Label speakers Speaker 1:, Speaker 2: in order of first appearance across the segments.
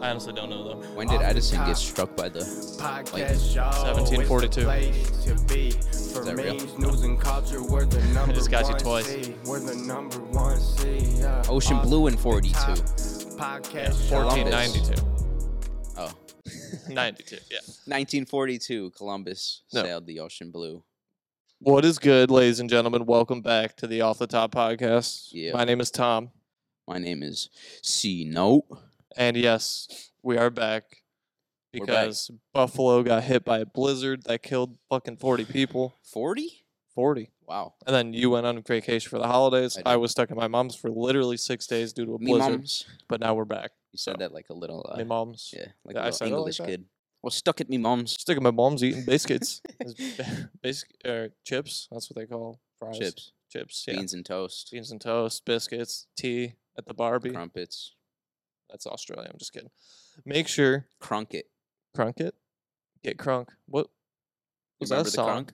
Speaker 1: I honestly don't know though.
Speaker 2: When did
Speaker 3: Off the
Speaker 2: Edison
Speaker 3: top.
Speaker 2: get struck by the?
Speaker 3: Podcast, y'all.
Speaker 1: 1742.
Speaker 3: It's the place to be. For
Speaker 2: that real?
Speaker 3: me, news and culture, we're the number
Speaker 1: just got you
Speaker 3: one
Speaker 1: twice.
Speaker 3: seed. We're the number one seed, yeah.
Speaker 2: Ocean
Speaker 3: Off
Speaker 2: Blue in
Speaker 3: the
Speaker 2: 42.
Speaker 3: top. Podcast, y'all.
Speaker 2: Columbus.
Speaker 1: 1492.
Speaker 2: Oh.
Speaker 1: 92, yeah.
Speaker 2: 1942, Columbus
Speaker 1: No.
Speaker 2: sailed the ocean blue.
Speaker 1: What is good, ladies and gentlemen? Welcome back to the Off the Top podcast.
Speaker 2: Yeah.
Speaker 1: My name is Tom,
Speaker 2: My name is C Note.
Speaker 1: and yes, we are back
Speaker 2: We're back.
Speaker 1: because Buffalo got hit by a blizzard that killed fucking 40 people.
Speaker 2: 40?
Speaker 1: 40.
Speaker 2: Wow.
Speaker 1: And then you went on vacation for the holidays.
Speaker 2: I
Speaker 1: I,
Speaker 2: did.
Speaker 1: was stuck at my mom's for literally six days due to a
Speaker 2: Me
Speaker 1: blizzard, Oh.
Speaker 2: moms.
Speaker 1: but now we're back.
Speaker 2: You said
Speaker 1: So,
Speaker 2: that like a little uh,
Speaker 1: my mom's.
Speaker 2: yeah, like
Speaker 1: Yeah, I
Speaker 2: a
Speaker 1: said
Speaker 2: little
Speaker 1: it like
Speaker 2: English
Speaker 1: that.
Speaker 2: kid. Well, stuck at me moms.
Speaker 1: Stick at my mom's eating biscuits. Basic, or er, chips. That's what they call fries.
Speaker 2: Chips,
Speaker 1: Chips. Yeah.
Speaker 2: beans and toast,
Speaker 1: beans and toast, biscuits, tea at the Barbie.
Speaker 2: crumpets,
Speaker 1: That's Australia. I'm just kidding. Make sure
Speaker 2: crunket.
Speaker 1: crunk it, get crunk. What
Speaker 2: You
Speaker 1: was that
Speaker 2: remember
Speaker 1: a
Speaker 2: the
Speaker 1: song?
Speaker 2: crunk?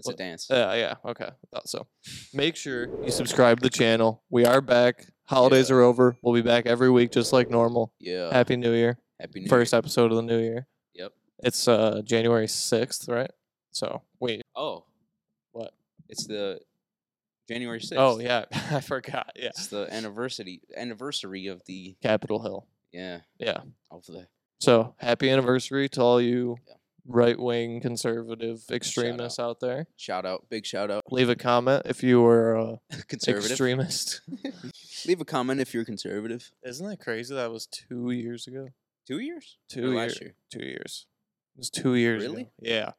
Speaker 2: It's
Speaker 1: What- Uh,
Speaker 2: a dance.
Speaker 1: Yeah, yeah. Okay, I thought so. Make sure you subscribe to the channel. We are back. Holidays
Speaker 2: Yeah.
Speaker 1: are over. We'll be back every week, just like normal.
Speaker 2: yeah.
Speaker 1: Happy New Year!
Speaker 2: Happy New
Speaker 1: First episode of the new year.
Speaker 2: Year. Yep.
Speaker 1: It's uh January sixth, right? So wait.
Speaker 2: Oh,
Speaker 1: What?
Speaker 2: It's the January 6th.
Speaker 1: Oh yeah, I forgot. Yeah.
Speaker 2: It's the anniversary anniversary of the
Speaker 1: Capitol Hill.
Speaker 2: yeah
Speaker 1: Yeah.
Speaker 2: of the
Speaker 1: So happy anniversary to all you
Speaker 2: Yeah.
Speaker 1: right wing conservative extremists out there.
Speaker 2: shout out big shout out
Speaker 1: Leave a comment if you were a
Speaker 2: conservative.
Speaker 1: extremist.
Speaker 2: Leave a comment if you're conservative.
Speaker 1: Isn't that crazy? That was two years ago.
Speaker 2: Two years. Or
Speaker 1: Two years.
Speaker 2: last year.
Speaker 1: Two years. It was two years. ago.
Speaker 2: Really?
Speaker 1: Yeah.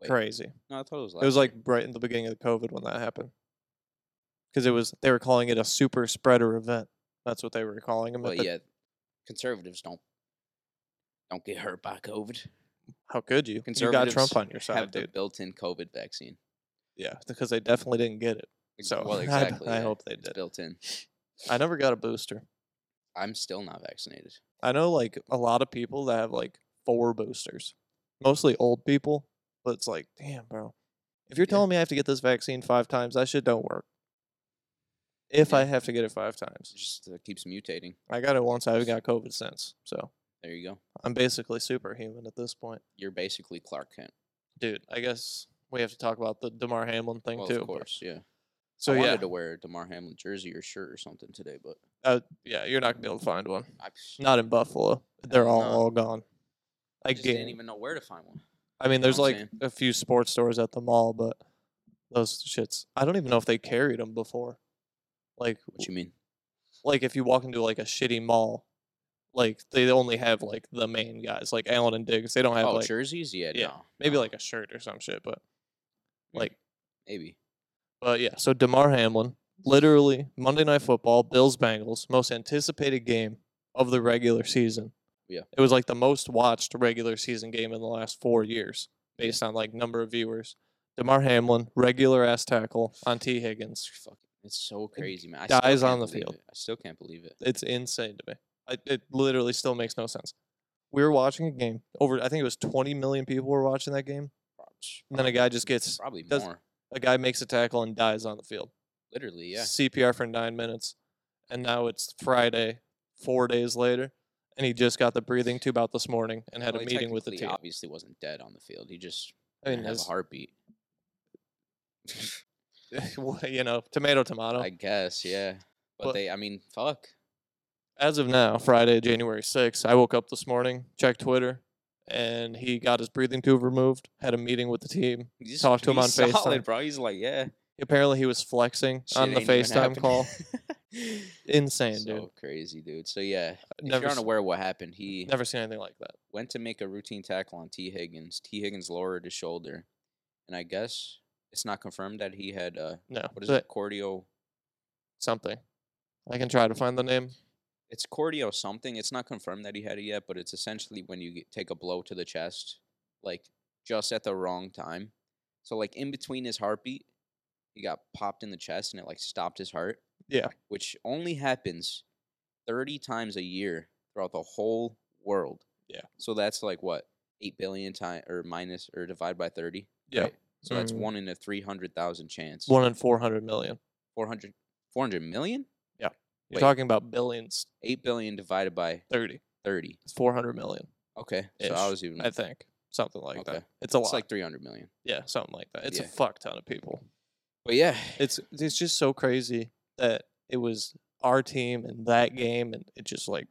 Speaker 2: Wait,
Speaker 1: Crazy.
Speaker 2: No, I thought it was last.
Speaker 1: It was
Speaker 2: year.
Speaker 1: like right in the beginning of COVID when that happened. Because it was they were calling it a super spreader event. That's what they were calling them.
Speaker 2: Well, yeah, conservatives don't don't get hurt by COVID.
Speaker 1: How could you? You got
Speaker 2: Conservatives
Speaker 1: Trump on your
Speaker 2: Have
Speaker 1: side,
Speaker 2: the
Speaker 1: dude.
Speaker 2: built-in COVID vaccine.
Speaker 1: Yeah, because they definitely didn't get it.
Speaker 2: Ex-
Speaker 1: So
Speaker 2: well,
Speaker 1: I-
Speaker 2: exactly.
Speaker 1: I,
Speaker 2: yeah,
Speaker 1: hope they
Speaker 2: it's
Speaker 1: did.
Speaker 2: built in.
Speaker 1: I never got a booster.
Speaker 2: I'm still not vaccinated.
Speaker 1: I know like a lot of people that have like four boosters, mostly old people, but it's like, damn, bro. If you're
Speaker 2: Yeah.
Speaker 1: telling me I have to get this vaccine five times, that shit don't work. If I
Speaker 2: Yeah.
Speaker 1: have to get it five times,
Speaker 2: It just uh, keeps mutating.
Speaker 1: I got it once, I haven't got COVID since. So
Speaker 2: There you go.
Speaker 1: I'm basically superhuman at this point.
Speaker 2: You're basically Clark Kent.
Speaker 1: Dude, I guess we have to talk about the DeMar Hamlin thing
Speaker 2: Well,
Speaker 1: too.
Speaker 2: of
Speaker 1: but-
Speaker 2: course, yeah.
Speaker 1: So
Speaker 2: I
Speaker 1: yeah,
Speaker 2: wanted to wear a Damar Hamlin jersey or shirt or something today, but
Speaker 1: uh, yeah, you're not gonna be able to find one.
Speaker 2: I,
Speaker 1: Not in Buffalo. They're all,
Speaker 2: not.
Speaker 1: all gone.
Speaker 2: I
Speaker 1: I
Speaker 2: just didn't
Speaker 1: guarantee-
Speaker 2: even know where to find one.
Speaker 1: I mean, there's
Speaker 2: what I'm
Speaker 1: like
Speaker 2: saying?
Speaker 1: a few sports stores at the mall, but those shits, I don't even know if they carried them before. Like,
Speaker 2: What you mean?
Speaker 1: like if you walk into like a shitty mall, like they only have like the main guys, like Allen and Diggs. They don't have
Speaker 2: Oh,
Speaker 1: like
Speaker 2: jerseys? Yeah,
Speaker 1: yeah,
Speaker 2: no,
Speaker 1: maybe
Speaker 2: no,
Speaker 1: like a shirt or some shit, but
Speaker 2: Hmm.
Speaker 1: like,
Speaker 2: maybe.
Speaker 1: but yeah. So Demar Hamlin, literally Monday Night Football, Bills Bengals, most anticipated game of the regular season.
Speaker 2: Yeah.
Speaker 1: it was like the most watched regular season game in the last four years. based on like number of viewers. Demar Hamlin, regular ass tackle on T Higgins.
Speaker 2: It's fucking, it's so crazy, man. I
Speaker 1: dies
Speaker 2: still
Speaker 1: on
Speaker 2: can't
Speaker 1: the
Speaker 2: believe
Speaker 1: field.
Speaker 2: it. I still can't believe it.
Speaker 1: It's insane to me. I, it literally still makes no sense. We were watching a game over. I think it was 20 million people were watching that game.
Speaker 2: Prob-
Speaker 1: And then a guy just gets
Speaker 2: Probably
Speaker 1: does-
Speaker 2: more.
Speaker 1: a guy makes a tackle and dies on the field.
Speaker 2: Literally, yeah.
Speaker 1: CPR for nine minutes, and now it's Friday, four days later, and he just got the breathing tube out this morning and had
Speaker 2: Well,
Speaker 1: a
Speaker 2: he
Speaker 1: meeting with the
Speaker 2: technically
Speaker 1: team.
Speaker 2: Obviously, wasn't dead on the field. He just
Speaker 1: I mean,
Speaker 2: didn't have a
Speaker 1: his,
Speaker 2: heartbeat.
Speaker 1: you know, tomato tomato.
Speaker 2: I guess, yeah. But,
Speaker 1: But-
Speaker 2: they, I mean, fuck.
Speaker 1: as of now, Friday, January 6th, I woke up this morning, checked Twitter, and he got his breathing tube removed, had a meeting with the team.
Speaker 2: He Just,
Speaker 1: Talk to him
Speaker 2: he's
Speaker 1: on
Speaker 2: solid,
Speaker 1: FaceTime.
Speaker 2: bro. He's like, yeah.
Speaker 1: Apparently, he was flexing
Speaker 2: shit
Speaker 1: on the
Speaker 2: ain't even
Speaker 1: FaceTime call.
Speaker 2: happening.
Speaker 1: Insane,
Speaker 2: so
Speaker 1: dude.
Speaker 2: crazy, dude. So yeah, if
Speaker 1: Never,
Speaker 2: you're
Speaker 1: s-
Speaker 2: unaware of what happened, he
Speaker 1: never seen anything like that.
Speaker 2: went to make a routine tackle on T. Higgins. T. Higgins lowered his shoulder, and I guess it's not confirmed that he had uh,
Speaker 1: No.
Speaker 2: what is
Speaker 1: but
Speaker 2: it, cordio?
Speaker 1: Something. I can try to find the name.
Speaker 2: It's cordio something. It's not confirmed that he had it yet, but it's essentially when you get, take a blow to the chest, like just at the wrong time. So like in between his heartbeat, he got popped in the chest, and it like stopped his heart.
Speaker 1: Yeah.
Speaker 2: which only happens 30 times a year throughout the whole world.
Speaker 1: Yeah.
Speaker 2: So that's like what? 8 billion times or minus or divide by 30.
Speaker 1: Yeah.
Speaker 2: right? So that's
Speaker 1: Mm.
Speaker 2: 1 in a 300,000 chance.
Speaker 1: One in 400 million.
Speaker 2: 400 400 million?
Speaker 1: You're
Speaker 2: Wait.
Speaker 1: talking about billions,
Speaker 2: 8 billion divided by
Speaker 1: 30.
Speaker 2: thirty.
Speaker 1: It's 400 million,
Speaker 2: Okay, so I
Speaker 1: Ish.
Speaker 2: was even.
Speaker 1: I think. Something like that.
Speaker 2: Mm. Okay.
Speaker 1: It's a lot.
Speaker 2: It's like three hundred million.
Speaker 1: yeah, something like that. It's a
Speaker 2: Yeah.
Speaker 1: fuck ton of people.
Speaker 2: But yeah,
Speaker 1: It's it's just so crazy that it was our team and that game and it just like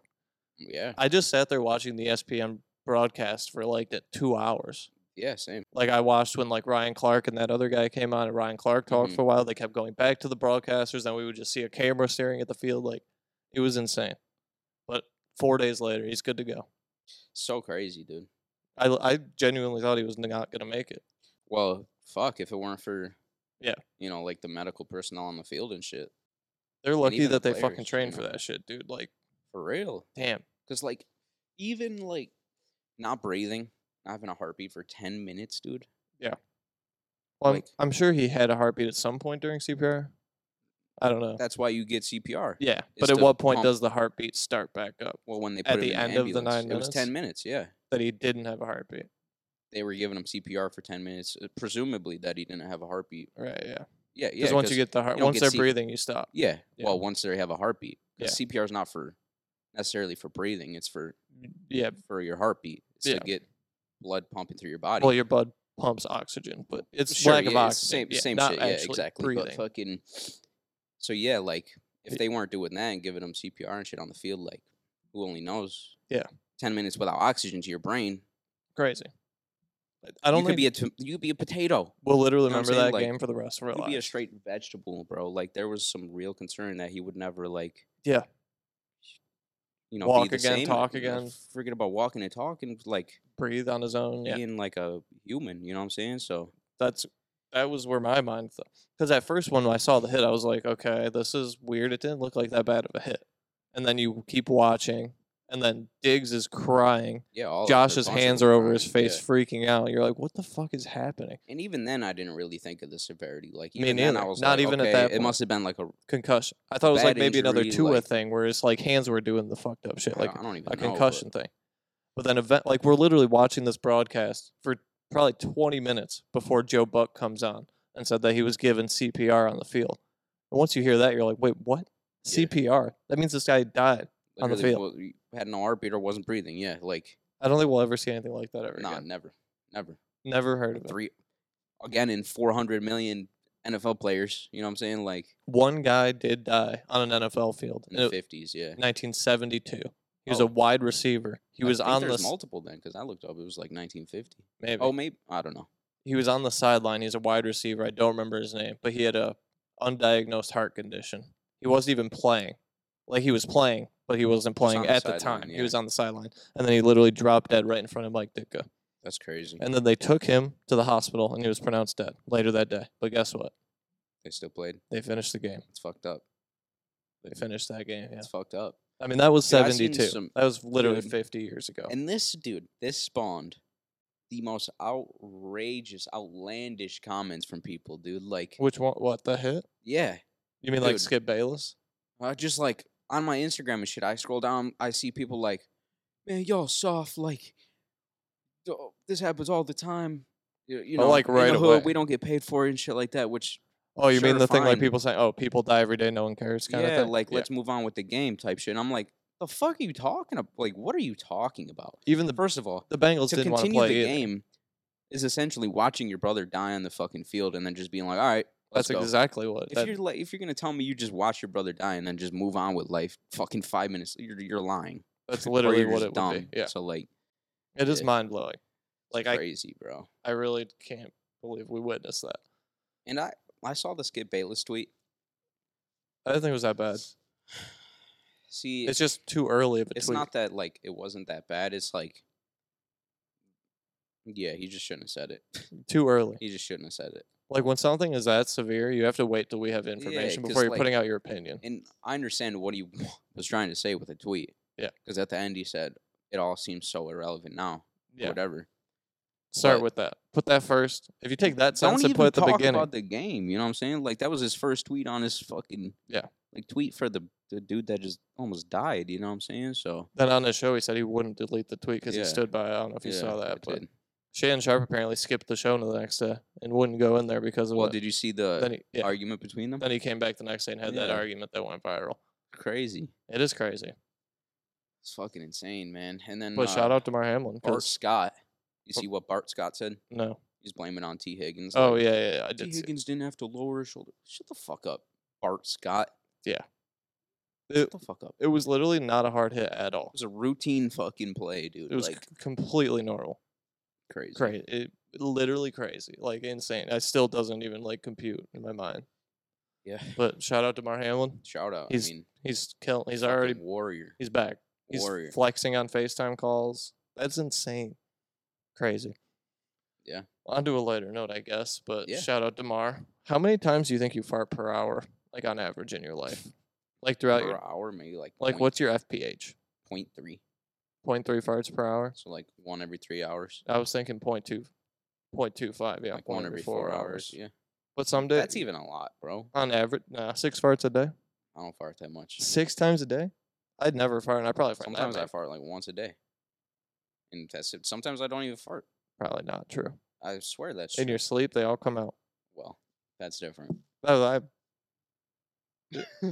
Speaker 2: yeah,
Speaker 1: I just sat there watching the E ESPN broadcast for like the 2 hours.
Speaker 2: yeah, same.
Speaker 1: Like I watched when like Ryan Clark and that other guy came on and Ryan Clark talked
Speaker 2: Mhm.
Speaker 1: for a while. They kept going back to the broadcasters and we would just see a camera staring at the field like it was insane. But 4 days later, he's good to go.
Speaker 2: So crazy, dude.
Speaker 1: I I genuinely thought he was not going to make it.
Speaker 2: Well, fuck, if it weren't for
Speaker 1: Yeah.
Speaker 2: you know, like the medical personnel on the field and shit,
Speaker 1: They're lucky
Speaker 2: even the
Speaker 1: that they fucking
Speaker 2: players, you
Speaker 1: trained for
Speaker 2: know.
Speaker 1: that shit, dude. Like
Speaker 2: for real.
Speaker 1: damn.
Speaker 2: Because like, even like, not breathing, not having a heartbeat for ten minutes, dude.
Speaker 1: Well,
Speaker 2: Like-
Speaker 1: I'm, I'm sure he had a heartbeat at some point during CPR. I don't know.
Speaker 2: That's why you get CPR.
Speaker 1: yeah,
Speaker 2: is
Speaker 1: but at
Speaker 2: to
Speaker 1: what point
Speaker 2: pump-
Speaker 1: does the heartbeat start back up?
Speaker 2: Well, when they put
Speaker 1: At
Speaker 2: him
Speaker 1: the
Speaker 2: in
Speaker 1: end of the
Speaker 2: ambulance,
Speaker 1: nine
Speaker 2: it was ten minutes. Yeah,
Speaker 1: That he didn't have a heartbeat.
Speaker 2: they were giving him CPR for ten minutes, uh, presumably that he didn't have a heartbeat.
Speaker 1: Right. Yeah.
Speaker 2: Yeah, yeah.
Speaker 1: Because once you get the
Speaker 2: you
Speaker 1: heart,
Speaker 2: don't
Speaker 1: once
Speaker 2: get
Speaker 1: they're
Speaker 2: C-
Speaker 1: breathing, you stop.
Speaker 2: yeah,
Speaker 1: Yeah.
Speaker 2: well, once they have a heartbeat, 'cause CPR is not for necessarily for breathing; it's for
Speaker 1: Yeah.
Speaker 2: for your heartbeat. It's
Speaker 1: Mm. Yeah.
Speaker 2: to get blood pumping through your body.
Speaker 1: Well, your blood pumps oxygen, but it's
Speaker 2: Sure,
Speaker 1: lack of
Speaker 2: yeah,
Speaker 1: oxygen.
Speaker 2: it's Same,
Speaker 1: yeah,
Speaker 2: same
Speaker 1: not
Speaker 2: shit.
Speaker 1: actually
Speaker 2: yeah, exactly. But
Speaker 1: Breathing.
Speaker 2: fucking. So yeah, like
Speaker 1: Yeah.
Speaker 2: if they weren't doing that and giving them CPR and shit on the field, like who only knows?
Speaker 1: Yeah.
Speaker 2: Ten minutes without oxygen to your brain,
Speaker 1: Crazy. I- I don't
Speaker 2: you
Speaker 1: think
Speaker 2: could be a t- you could be a potato.
Speaker 1: we'll literally
Speaker 2: know what I'm
Speaker 1: remember
Speaker 2: saying?
Speaker 1: that
Speaker 2: Like,
Speaker 1: game for the rest of our
Speaker 2: You'd be a
Speaker 1: lives.
Speaker 2: straight vegetable, bro. Like there was some real concern that he would never like.
Speaker 1: Yeah.
Speaker 2: You know,
Speaker 1: Walk
Speaker 2: be the
Speaker 1: again,
Speaker 2: same,
Speaker 1: talk
Speaker 2: you know,
Speaker 1: again.
Speaker 2: Forget about walking and talking, like
Speaker 1: Breathe on his own. Yeah.
Speaker 2: being like a human. You know what I'm saying? So
Speaker 1: that's that was where my mind thought because at first when I saw the hit, I was like, okay, this is weird. It didn't look like that bad of a hit. And then you keep watching, and then Diggs is crying.
Speaker 2: yeah, all of- they're
Speaker 1: Josh's hands
Speaker 2: constantly
Speaker 1: are over his
Speaker 2: crying,
Speaker 1: face,
Speaker 2: yeah.
Speaker 1: freaking out. You're like, what the fuck is happening?
Speaker 2: And even then, I didn't really think of the severity. Like
Speaker 1: Me
Speaker 2: even then, I
Speaker 1: neither.
Speaker 2: was
Speaker 1: Not
Speaker 2: like,
Speaker 1: even at
Speaker 2: okay,
Speaker 1: that
Speaker 2: It
Speaker 1: point.
Speaker 2: must have been like a
Speaker 1: Concussion. I thought it was like
Speaker 2: Bad
Speaker 1: maybe another
Speaker 2: injury,
Speaker 1: Tua
Speaker 2: like-
Speaker 1: thing where it's like hands were doing the fucked up shit, like
Speaker 2: I don't even
Speaker 1: a
Speaker 2: know, but-
Speaker 1: concussion thing. But then event like we're literally watching this broadcast for probably 20 minutes before Joe Buck comes on and said that he was given CPR on the field. And once you hear that, you're like, wait, what?
Speaker 2: Yeah.
Speaker 1: CPR? That means this guy died. on the
Speaker 2: literally
Speaker 1: field.
Speaker 2: wa- had no heartbeat or wasn't breathing. Yeah, like
Speaker 1: I don't think we'll ever see anything like that ever
Speaker 2: nah,
Speaker 1: again.
Speaker 2: never, never.
Speaker 1: Never heard of it.
Speaker 2: Three again in 400 million NFL players. You know what I'm saying? Like
Speaker 1: One guy did die on an NFL field
Speaker 2: in
Speaker 1: in
Speaker 2: the 50s. Yeah.
Speaker 1: 1972. He was
Speaker 2: Oh.
Speaker 1: a wide receiver. He
Speaker 2: I
Speaker 1: was
Speaker 2: think
Speaker 1: on the
Speaker 2: there's
Speaker 1: s-
Speaker 2: multiple then because I looked up. It was like 1950.
Speaker 1: maybe.
Speaker 2: Oh, maybe I don't know.
Speaker 1: he was on the sideline. He's a wide receiver. I don't remember his name, but he had a undiagnosed heart condition. He wasn't even playing. Like he was playing, but he wasn't
Speaker 2: Just on
Speaker 1: playing
Speaker 2: the
Speaker 1: at the
Speaker 2: sideline,
Speaker 1: time. He
Speaker 2: yeah.
Speaker 1: was on the sideline, and then he literally dropped dead right in front of Mike Ditka.
Speaker 2: That's crazy.
Speaker 1: And then they took him to the hospital, and he was pronounced dead later that day. But guess what?
Speaker 2: they still played.
Speaker 1: They finished the game.
Speaker 2: It's fucked up.
Speaker 1: They finished that game. Yeah.
Speaker 2: It's fucked up.
Speaker 1: I mean, that was
Speaker 2: Dude, I seen
Speaker 1: 72.
Speaker 2: some-
Speaker 1: that was literally
Speaker 2: dude.
Speaker 1: 50 years ago.
Speaker 2: And this dude, this spawned the most outrageous, outlandish comments from people, dude. Like,
Speaker 1: Which one? What the hit?
Speaker 2: yeah,
Speaker 1: You mean like
Speaker 2: Dude.
Speaker 1: Skip Bayless?
Speaker 2: I just like on my Instagram and shit. I scroll down, I see people like, man, y'all soft. Like, th- this happens all the time. You, you
Speaker 1: Oh,
Speaker 2: know,
Speaker 1: like,
Speaker 2: in
Speaker 1: right
Speaker 2: the hood,
Speaker 1: away.
Speaker 2: we don't get paid for it and shit like that. Which,
Speaker 1: Oh, you mean
Speaker 2: Sure,
Speaker 1: the thing like
Speaker 2: fine.
Speaker 1: people saying, "Oh, people die every day, no one cares," kind
Speaker 2: yeah,
Speaker 1: of thing.
Speaker 2: like
Speaker 1: Yeah.
Speaker 2: let's move on with the game type shit. And I'm like, the fuck are you talking about? Like, what are you talking about?
Speaker 1: even the
Speaker 2: First of all,
Speaker 1: the Bengals
Speaker 2: to
Speaker 1: didn't want to
Speaker 2: continue
Speaker 1: play
Speaker 2: the
Speaker 1: either.
Speaker 2: game is essentially watching your brother die on the fucking field and then just being like, all right, let's
Speaker 1: That's
Speaker 2: go.
Speaker 1: exactly what.
Speaker 2: If
Speaker 1: that-
Speaker 2: you're like, if you're gonna tell me you just watch your brother die and then just move on with life, fucking five minutes, you're you're lying.
Speaker 1: that's
Speaker 2: Or
Speaker 1: literally
Speaker 2: you're
Speaker 1: what
Speaker 2: just
Speaker 1: it
Speaker 2: dumb.
Speaker 1: would be. Yeah,
Speaker 2: So like,
Speaker 1: it is
Speaker 2: yeah.
Speaker 1: mind blowing. Like
Speaker 2: it's
Speaker 1: I,
Speaker 2: crazy, bro.
Speaker 1: I really can't believe we witnessed that.
Speaker 2: And I I saw the Skip Bayless tweet.
Speaker 1: I didn't think it was that bad.
Speaker 2: See,
Speaker 1: It's just too early of a
Speaker 2: it's
Speaker 1: tweak.
Speaker 2: not that like it wasn't that bad. It's like, yeah, he just shouldn't have said it.
Speaker 1: too early.
Speaker 2: he just shouldn't have said it.
Speaker 1: Like when something is that severe, you have to wait till we have information
Speaker 2: 'cause,
Speaker 1: before you're
Speaker 2: like,
Speaker 1: putting out your opinion.
Speaker 2: and I understand what he was trying to say with the tweet.
Speaker 1: Yeah.
Speaker 2: Because at the end he said it all seems so irrelevant now.
Speaker 1: Yeah,
Speaker 2: Whatever.
Speaker 1: start
Speaker 2: but-
Speaker 1: with that. Put that first. If you take that
Speaker 2: Don't
Speaker 1: sentence and
Speaker 2: even
Speaker 1: put it at the
Speaker 2: talk
Speaker 1: beginning,
Speaker 2: about the game. You know what I'm saying? Like that was his first tweet on his fucking
Speaker 1: Yeah.
Speaker 2: Like tweet for the the dude that just almost died. You know what I'm saying? So
Speaker 1: then on his show he said he wouldn't delete the tweet because
Speaker 2: Yeah.
Speaker 1: he stood by. it. I don't know if you
Speaker 2: yeah,
Speaker 1: saw that,
Speaker 2: it
Speaker 1: but
Speaker 2: did.
Speaker 1: Shannon Sharp apparently skipped the show to the next day and wouldn't go in there because of
Speaker 2: well,
Speaker 1: it.
Speaker 2: did you see the
Speaker 1: then he, yeah,
Speaker 2: argument between them?
Speaker 1: Then he came back the next day and had that
Speaker 2: Yeah.
Speaker 1: argument that went viral.
Speaker 2: Crazy.
Speaker 1: It is crazy.
Speaker 2: It's fucking insane, man. And then
Speaker 1: But
Speaker 2: uh,
Speaker 1: shout out to Mar Hamlin.
Speaker 2: Bart
Speaker 1: 'cause-
Speaker 2: Scott. You see what Bart Scott said?
Speaker 1: no.
Speaker 2: He's blaming on T. Higgins.
Speaker 1: Oh
Speaker 2: like,
Speaker 1: yeah, yeah, yeah, I
Speaker 2: T.
Speaker 1: did. See.
Speaker 2: Higgins didn't have to lower his shoulder. Shut the fuck up, Bart Scott.
Speaker 1: It,
Speaker 2: Shut the fuck up. It
Speaker 1: it was literally not a hard hit at all.
Speaker 2: was a routine fucking play, dude.
Speaker 1: It was c-
Speaker 2: like
Speaker 1: completely normal.
Speaker 2: crazy.
Speaker 1: Crazy. It literally crazy. Like insane. It still doesn't even like compute in my mind.
Speaker 2: Yeah.
Speaker 1: But shout out to Mar Hamlin.
Speaker 2: Shout out.
Speaker 1: He's
Speaker 2: I mean,
Speaker 1: He's killing. He's
Speaker 2: fucking
Speaker 1: already.
Speaker 2: warrior.
Speaker 1: He's back. He's
Speaker 2: warrior.
Speaker 1: flexing on FaceTime calls. That's insane. Crazy.
Speaker 2: Yeah.
Speaker 1: On to a lighter note, I guess, but
Speaker 2: Yeah.
Speaker 1: shout out to Mar. How many times do you think you fart per hour, like on average in your life? Like throughout
Speaker 2: per
Speaker 1: your,
Speaker 2: hour, maybe like
Speaker 1: like
Speaker 2: point-
Speaker 1: what's your FPH?
Speaker 2: point three.
Speaker 1: 0.3 farts per hour?
Speaker 2: So like one every three hours.
Speaker 1: I was thinking 0.2, 0.25, yeah,
Speaker 2: like one every four, hours. Yeah,
Speaker 1: But some days,
Speaker 2: that's e even a lot, bro.
Speaker 1: on average, nah, six farts a day.
Speaker 2: I don't fart that much.
Speaker 1: Six times a day? I'd never fart, and I probably fart that
Speaker 2: Sometimes I
Speaker 1: many.
Speaker 2: fart like once a day, and that's it. Sometimes I don't even fart.
Speaker 1: Probably not true.
Speaker 2: I swear that's
Speaker 1: In
Speaker 2: true.
Speaker 1: your sleep, they all come out.
Speaker 2: well. That's different.
Speaker 1: No, I,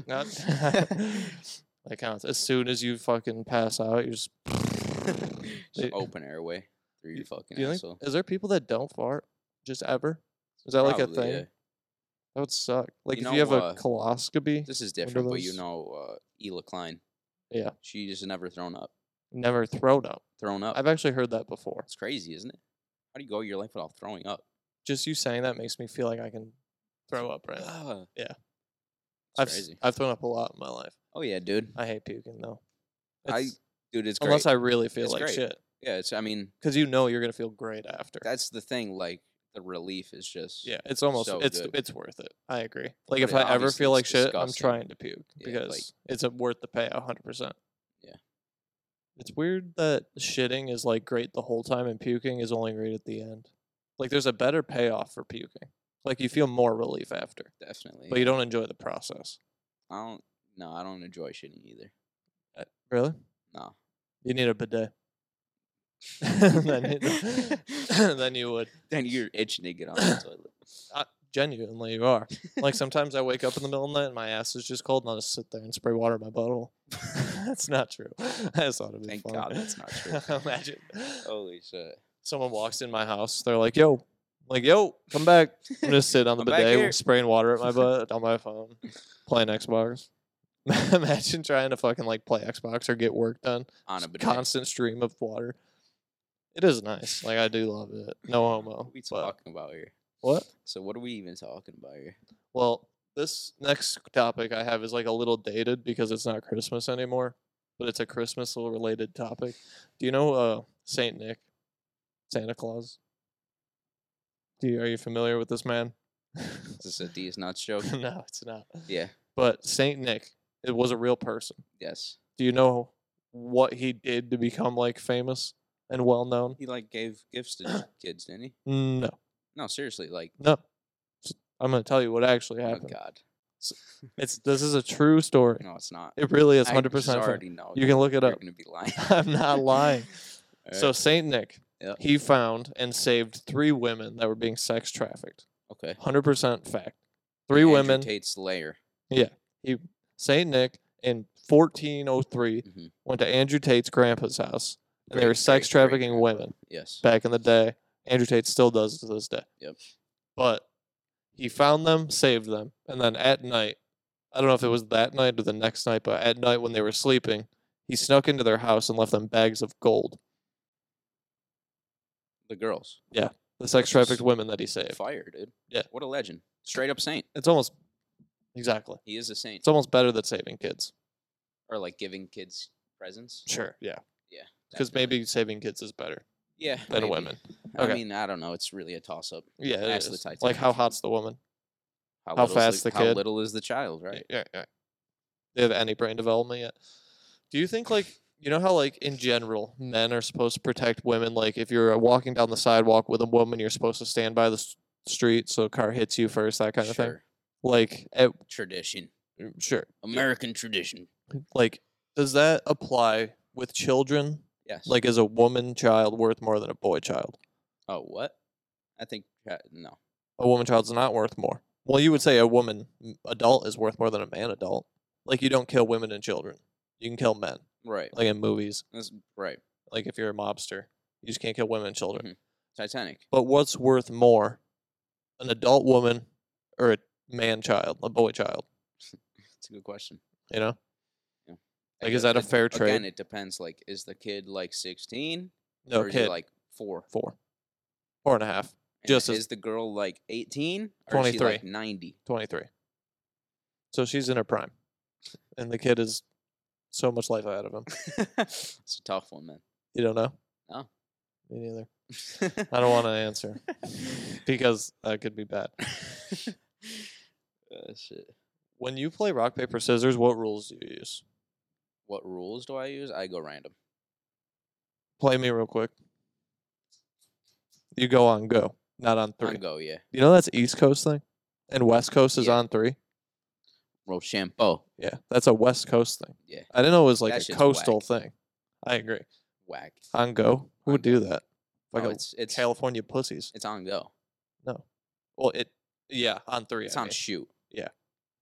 Speaker 1: Not- that counts. As soon as you fucking pass out, you're just.
Speaker 2: Just
Speaker 1: They-
Speaker 2: open airway through your fucking
Speaker 1: Do you
Speaker 2: asshole.
Speaker 1: think, is there people that don't fart just ever? Is that like a
Speaker 2: Probably,
Speaker 1: thing?
Speaker 2: yeah.
Speaker 1: That would suck. Like
Speaker 2: You
Speaker 1: if you have
Speaker 2: know,
Speaker 1: a
Speaker 2: uh,
Speaker 1: coloscopy,
Speaker 2: This is different, but you
Speaker 1: those-
Speaker 2: know, uh, Ela Klein.
Speaker 1: Yeah.
Speaker 2: she just never thrown up.
Speaker 1: never thrown up.
Speaker 2: Thrown up.
Speaker 1: I've actually heard that before.
Speaker 2: It's crazy, isn't it? How do you go your life without throwing up?
Speaker 1: Just you saying that makes me feel like I can throw up right now.
Speaker 2: Ah.
Speaker 1: Yeah.
Speaker 2: It's
Speaker 1: I've, s-
Speaker 2: crazy.
Speaker 1: I've thrown up a lot in my life.
Speaker 2: Oh yeah, dude.
Speaker 1: I hate puking though.
Speaker 2: I-
Speaker 1: It's-
Speaker 2: dude, it's great.
Speaker 1: unless I really feel
Speaker 2: It's
Speaker 1: like
Speaker 2: great.
Speaker 1: shit.
Speaker 2: yeah, it's. I mean,
Speaker 1: Because you know you're going to feel great after.
Speaker 2: that's the thing. Like the relief is just.
Speaker 1: Yeah, it's almost
Speaker 2: so
Speaker 1: it's
Speaker 2: good.
Speaker 1: it's worth it. I agree. Like
Speaker 2: But
Speaker 1: if
Speaker 2: it-
Speaker 1: I ever
Speaker 2: obviously
Speaker 1: feel like
Speaker 2: it's
Speaker 1: shit, I'm
Speaker 2: disgusting.
Speaker 1: trying to puke
Speaker 2: Yeah, like-
Speaker 1: because it's a worth the pay, hundred percent.
Speaker 2: Yeah.
Speaker 1: It's weird that shitting is like great the whole time and puking is only great at the end. Like there's a better payoff for puking. Like you feel more relief after,
Speaker 2: definitely.
Speaker 1: but you don't enjoy the process.
Speaker 2: I don't. No, I don't enjoy shitting either.
Speaker 1: Uh, Really?
Speaker 2: No.
Speaker 1: You need a bidet. then, you, then you would
Speaker 2: Then you're itching to get on the toilet.
Speaker 1: genuinely you are. Like sometimes I wake up in the middle of the night and my ass is just cold and I'll just sit there and spray water in my bottle. that's not true. I just thought it'd be
Speaker 2: Thank
Speaker 1: funny.
Speaker 2: God that's not true.
Speaker 1: Imagine
Speaker 2: Holy shit.
Speaker 1: someone walks in my house. They're like, "Yo, I'm like yo, come back." I'm just sitting on the
Speaker 2: I'm back here.
Speaker 1: bidet, spraying water at my butt on my phone, playing Xbox. Imagine trying to fucking like play Xbox or get work done.
Speaker 2: On a
Speaker 1: Just
Speaker 2: bidet.
Speaker 1: Constant stream of water. It is nice. Like I do love it. No homo.
Speaker 2: What are we
Speaker 1: but-
Speaker 2: talking about here?
Speaker 1: What?
Speaker 2: So what are we even talking about here?
Speaker 1: Well, this next topic I have is like a little dated because it's not Christmas anymore, but it's a Christmas related topic. Do you know uh, Saint Nick, Santa Claus? Do you, are you familiar with this man?
Speaker 2: Is this a D's nuts joke?
Speaker 1: no, it's not.
Speaker 2: yeah.
Speaker 1: But Saint Nick, it was a real person.
Speaker 2: Yes.
Speaker 1: Do you know what he did to become like famous and well known?
Speaker 2: He like gave gifts to kids, didn't he?
Speaker 1: No,
Speaker 2: No, seriously. Like,
Speaker 1: no. I'm gonna tell you what actually
Speaker 2: oh
Speaker 1: happened.
Speaker 2: God.
Speaker 1: it's this is a true story.
Speaker 2: No, it's not.
Speaker 1: It really is
Speaker 2: I
Speaker 1: 100
Speaker 2: just
Speaker 1: percent true.
Speaker 2: already know.
Speaker 1: You can look it
Speaker 2: You're
Speaker 1: up.
Speaker 2: gonna be lying.
Speaker 1: I'm not lying.
Speaker 2: Alright,
Speaker 1: So Saint Nick,
Speaker 2: Yep.
Speaker 1: he found and saved three women that were being sex trafficked.
Speaker 2: okay.
Speaker 1: Hundred percent fact. Three
Speaker 2: Andrew
Speaker 1: women.
Speaker 2: Tate's layer.
Speaker 1: Saint Nick in 1403
Speaker 2: Mhm.
Speaker 1: went to Andrew Tate's grandpa's house, and they were sex trafficking women
Speaker 2: Yes.
Speaker 1: back in the day. Andrew Tate still does to this day.
Speaker 2: Yep.
Speaker 1: But he found them, saved them, and then at night, I don't know if it was that night or the next night, but at night when they were sleeping, he snuck into their house and left them bags of gold.
Speaker 2: The girls.
Speaker 1: The sex trafficked women that he saved.
Speaker 2: Fire, dude.
Speaker 1: Yeah.
Speaker 2: What a legend. Straight up saint.
Speaker 1: It's almost exactly.
Speaker 2: He is a saint.
Speaker 1: It's almost better than saving kids.
Speaker 2: or like giving kids presents.
Speaker 1: Sure. Yeah.
Speaker 2: Yeah,
Speaker 1: Because maybe saving kids is better
Speaker 2: Yeah.
Speaker 1: than
Speaker 2: maybe.
Speaker 1: women.
Speaker 2: I
Speaker 1: Okay.
Speaker 2: mean, I don't know. It's really a toss up.
Speaker 1: Yeah. it
Speaker 2: Ask the
Speaker 1: is.
Speaker 2: Titanic.
Speaker 1: Like how hot's the woman? How
Speaker 2: little's
Speaker 1: fast the
Speaker 2: How
Speaker 1: kid?
Speaker 2: little is the child, right?
Speaker 1: Yeah. yeah. They have any brain development yet? Do you think like you know how like in general men are supposed to protect women? Like if you're uh, walking down the sidewalk with a woman, you're supposed to stand by the s- street so a car hits you first, that kind of thing.
Speaker 2: sure.
Speaker 1: Like, at,
Speaker 2: Tradition.
Speaker 1: sure.
Speaker 2: American tradition.
Speaker 1: Like, does that apply with children?
Speaker 2: Yes.
Speaker 1: Like, is a woman child worth more than a boy child?
Speaker 2: oh, what? I think uh, no.
Speaker 1: a woman child's not worth more. Well, you would say a woman m- adult is worth more than a man adult. Like you don't kill women and children. You can kill men.
Speaker 2: Right.
Speaker 1: like in movies.
Speaker 2: That's right.
Speaker 1: Like if you're a mobster, you just can't kill women and children.
Speaker 2: Mhm. Titanic.
Speaker 1: But what's worth more, an adult woman or a man child, a boy child?
Speaker 2: It's a good question.
Speaker 1: You know,
Speaker 2: I
Speaker 1: Like, is
Speaker 2: gue-
Speaker 1: that a
Speaker 2: it-
Speaker 1: fair
Speaker 2: Again,
Speaker 1: trade?
Speaker 2: it depends. Like, is the kid like sixteen
Speaker 1: no
Speaker 2: or is
Speaker 1: kid,
Speaker 2: he like four?
Speaker 1: four, four and a half,
Speaker 2: And
Speaker 1: Just as-
Speaker 2: is the girl like eighteen or is she like
Speaker 1: 23.
Speaker 2: ninety?
Speaker 1: 23. So she's in her prime, and the kid is so much life out of him.
Speaker 2: it's a tough one, man.
Speaker 1: You don't know?
Speaker 2: No.
Speaker 1: Me neither. I don't want to answer because that could be bad.
Speaker 2: Uh, shit.
Speaker 1: When you play rock paper scissors, what rules do you use?
Speaker 2: What rules do I use? I go random.
Speaker 1: Play me real quick. You go on go, not on
Speaker 2: I
Speaker 1: three.
Speaker 2: go, yeah.
Speaker 1: You know that's East Coast thing, and West Coast is
Speaker 2: Yeah.
Speaker 1: on three.
Speaker 2: Rochambeau.
Speaker 1: Yeah, that's a West Coast thing.
Speaker 2: Yeah.
Speaker 1: I didn't know it was like
Speaker 2: That
Speaker 1: a
Speaker 2: shit's
Speaker 1: coastal
Speaker 2: whack.
Speaker 1: thing. I agree.
Speaker 2: Whack.
Speaker 1: On go, who would
Speaker 2: On
Speaker 1: do
Speaker 2: go.
Speaker 1: that?
Speaker 2: Oh,
Speaker 1: Like a
Speaker 2: it's it's
Speaker 1: California pussies.
Speaker 2: it's on go.
Speaker 1: Well, it yeah on three.
Speaker 2: It's
Speaker 1: I
Speaker 2: on
Speaker 1: mean.
Speaker 2: shoot.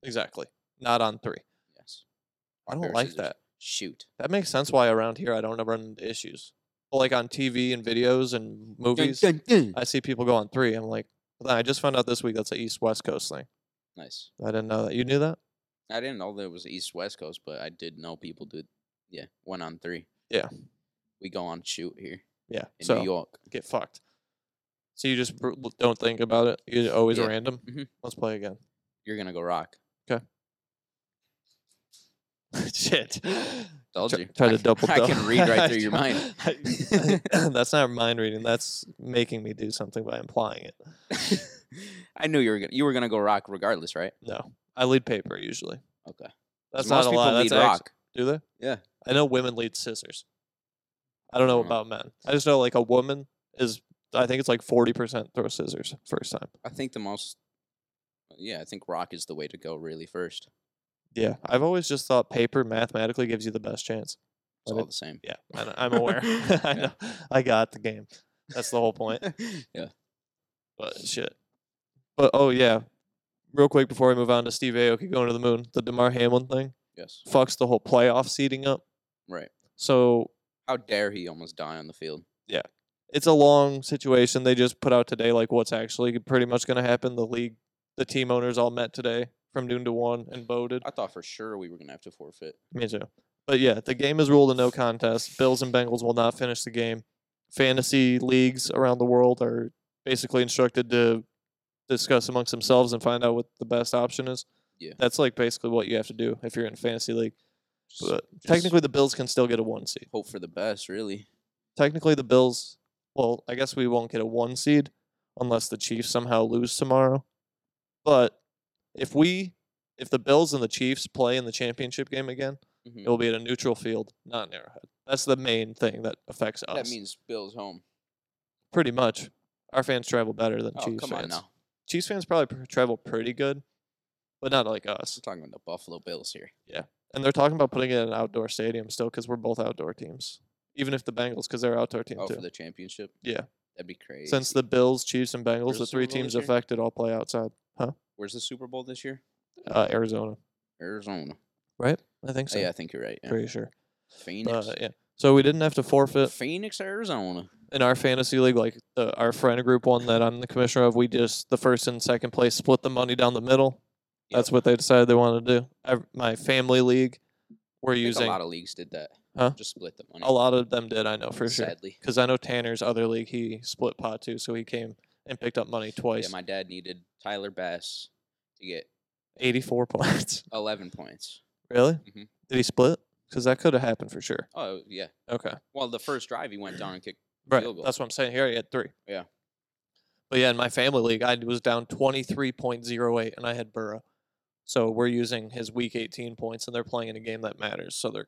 Speaker 1: exactly, not on three.
Speaker 2: Yes.
Speaker 1: I
Speaker 2: Rock,
Speaker 1: don't
Speaker 2: paper,
Speaker 1: like
Speaker 2: scissors.
Speaker 1: that.
Speaker 2: Shoot.
Speaker 1: That makes sense why around here I don't ever run into issues. But like on TV and videos and
Speaker 2: Dun,
Speaker 1: movies,
Speaker 2: dun, dun.
Speaker 1: I see people go on three. I'm like, but then I just found out this week that's a East West Coast thing.
Speaker 2: Nice.
Speaker 1: I didn't know that. You knew that?
Speaker 2: I didn't know there was East West Coast, but I did know people did. Yeah, one on three.
Speaker 1: Yeah.
Speaker 2: we go on shoot here
Speaker 1: Yeah.
Speaker 2: in
Speaker 1: so
Speaker 2: New York.
Speaker 1: get fucked. So you just br- l- don't think about it. You always
Speaker 2: Yeah.
Speaker 1: random.
Speaker 2: Mhm.
Speaker 1: Let's play again.
Speaker 2: You're gonna go rock.
Speaker 1: Shit.
Speaker 2: Told
Speaker 1: Try,
Speaker 2: you.
Speaker 1: try
Speaker 2: I
Speaker 1: to
Speaker 2: c-
Speaker 1: double.
Speaker 2: I
Speaker 1: down.
Speaker 2: can read right through your mind.
Speaker 1: I- that's not mind reading. That's making me do something by implying it.
Speaker 2: I knew you were gonna you were gonna go rock regardless, right?
Speaker 1: No, I lead paper usually.
Speaker 2: Okay. 'Cause
Speaker 1: That's not
Speaker 2: most
Speaker 1: a
Speaker 2: people
Speaker 1: lie.
Speaker 2: lead
Speaker 1: That's act-
Speaker 2: rock.
Speaker 1: Do they?
Speaker 2: Yeah.
Speaker 1: I know women lead scissors. I don't know
Speaker 2: Mm.
Speaker 1: about men. I just know like a woman is. I think it's like forty percent throw scissors first time.
Speaker 2: I think the most. Yeah, I think rock is the way to go. Really, first.
Speaker 1: Yeah, I've always just thought paper mathematically gives you the best chance.
Speaker 2: It's
Speaker 1: But
Speaker 2: all
Speaker 1: it-
Speaker 2: the same.
Speaker 1: yeah, I know, I'm aware. I know.
Speaker 2: Yeah.
Speaker 1: I got the game. That's the whole point.
Speaker 2: yeah.
Speaker 1: But shit. But oh yeah, real quick before we move on to Steve Aoki going to the moon, the Demar Hamlin thing
Speaker 2: Yes.
Speaker 1: fucks the whole playoff seeding up.
Speaker 2: Right.
Speaker 1: So
Speaker 2: How dare he almost die on the field?
Speaker 1: it's a long situation. They just put out today like what's actually pretty much going to happen. The league, the team owners all met today from noon to one and voted.
Speaker 2: I thought for sure we were gonna have to forfeit.
Speaker 1: Me too. But yeah, the game is ruled a no contest. Bills and Bengals will not finish the game. Fantasy leagues around the world are basically instructed to discuss amongst themselves and find out what the best option is.
Speaker 2: Yeah.
Speaker 1: That's like basically what you have to do if you're in a fantasy league.
Speaker 2: Just
Speaker 1: But
Speaker 2: just
Speaker 1: technically the Bills can still get a one seed.
Speaker 2: hope for the best, really.
Speaker 1: Technically the Bills well, I guess we won't get a one seed unless the Chiefs somehow lose tomorrow. But if we if the Bills and the Chiefs play in the championship game again,
Speaker 2: Mhm.
Speaker 1: it will be at a neutral field, not an arrowhead. That's the main thing that affects us.
Speaker 2: That means Bill's home.
Speaker 1: pretty much. Our fans travel better than
Speaker 2: Oh,
Speaker 1: Chiefs
Speaker 2: come
Speaker 1: fans.
Speaker 2: on now.
Speaker 1: Chiefs fans probably pr- travel pretty good, but not like us.
Speaker 2: I'm talking about the Buffalo Bills here.
Speaker 1: And they're talking about putting it in an outdoor stadium still because we're both outdoor teams. Even if the Bengals, because they're outdoor team
Speaker 2: Oh,
Speaker 1: too.
Speaker 2: for the championship?
Speaker 1: Yeah.
Speaker 2: That'd be crazy.
Speaker 1: Since the Bills, Chiefs, and Bengals,
Speaker 2: Where's
Speaker 1: the
Speaker 2: the Super
Speaker 1: three
Speaker 2: Bowl
Speaker 1: teams
Speaker 2: this year?
Speaker 1: affected, all play outside.
Speaker 2: Where's the Super Bowl this year?
Speaker 1: Uh, Arizona,
Speaker 2: Arizona. Oh,
Speaker 1: right? I think so.
Speaker 2: Uh, Yeah, I think you're right. yeah.
Speaker 1: pretty sure.
Speaker 2: Phoenix.
Speaker 1: But, yeah. So we didn't have to forfeit
Speaker 2: Phoenix, Arizona.
Speaker 1: in our fantasy league, like the, our friend group one that I'm the commissioner of, we just the first and second place split the money down the middle. That's
Speaker 2: Yep.
Speaker 1: what they decided they wanted to do. Ev- my family league, we're
Speaker 2: I think
Speaker 1: using
Speaker 2: a lot of leagues did that.
Speaker 1: Huh?
Speaker 2: Just split the money.
Speaker 1: a lot of them did. I know for sure
Speaker 2: Sadly.
Speaker 1: because I know Tanner's other league he split pot too, so he came and picked up money
Speaker 2: Yeah,
Speaker 1: twice,
Speaker 2: my dad needed Tyler Bass to get
Speaker 1: eighty four points.
Speaker 2: 11 points.
Speaker 1: really?
Speaker 2: Mhm.
Speaker 1: Did he split? Because that could have happened for sure.
Speaker 2: Oh, yeah.
Speaker 1: Okay,
Speaker 2: Well, the first drive he went down and kicked.
Speaker 1: right.
Speaker 2: Field goal.
Speaker 1: That's what I'm saying. Here he had three.
Speaker 2: Yeah.
Speaker 1: But yeah, in my family league, I was down 23.08 and I had Burrow. So we're using his week 18 points and they're playing in a game that matters. So they're,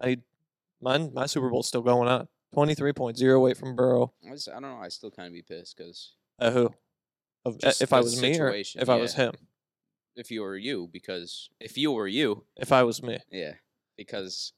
Speaker 1: I need, mine, my Super Bowl's still going on. 23.08 from Burrow.
Speaker 2: I, was, I don't know. I still kind of be pissed because
Speaker 1: At who? Of, uh,
Speaker 2: Just
Speaker 1: if I
Speaker 2: the
Speaker 1: was me or if
Speaker 2: situation,
Speaker 1: I was him?
Speaker 2: if you were you, because if you were you,
Speaker 1: If I was me.
Speaker 2: yeah, because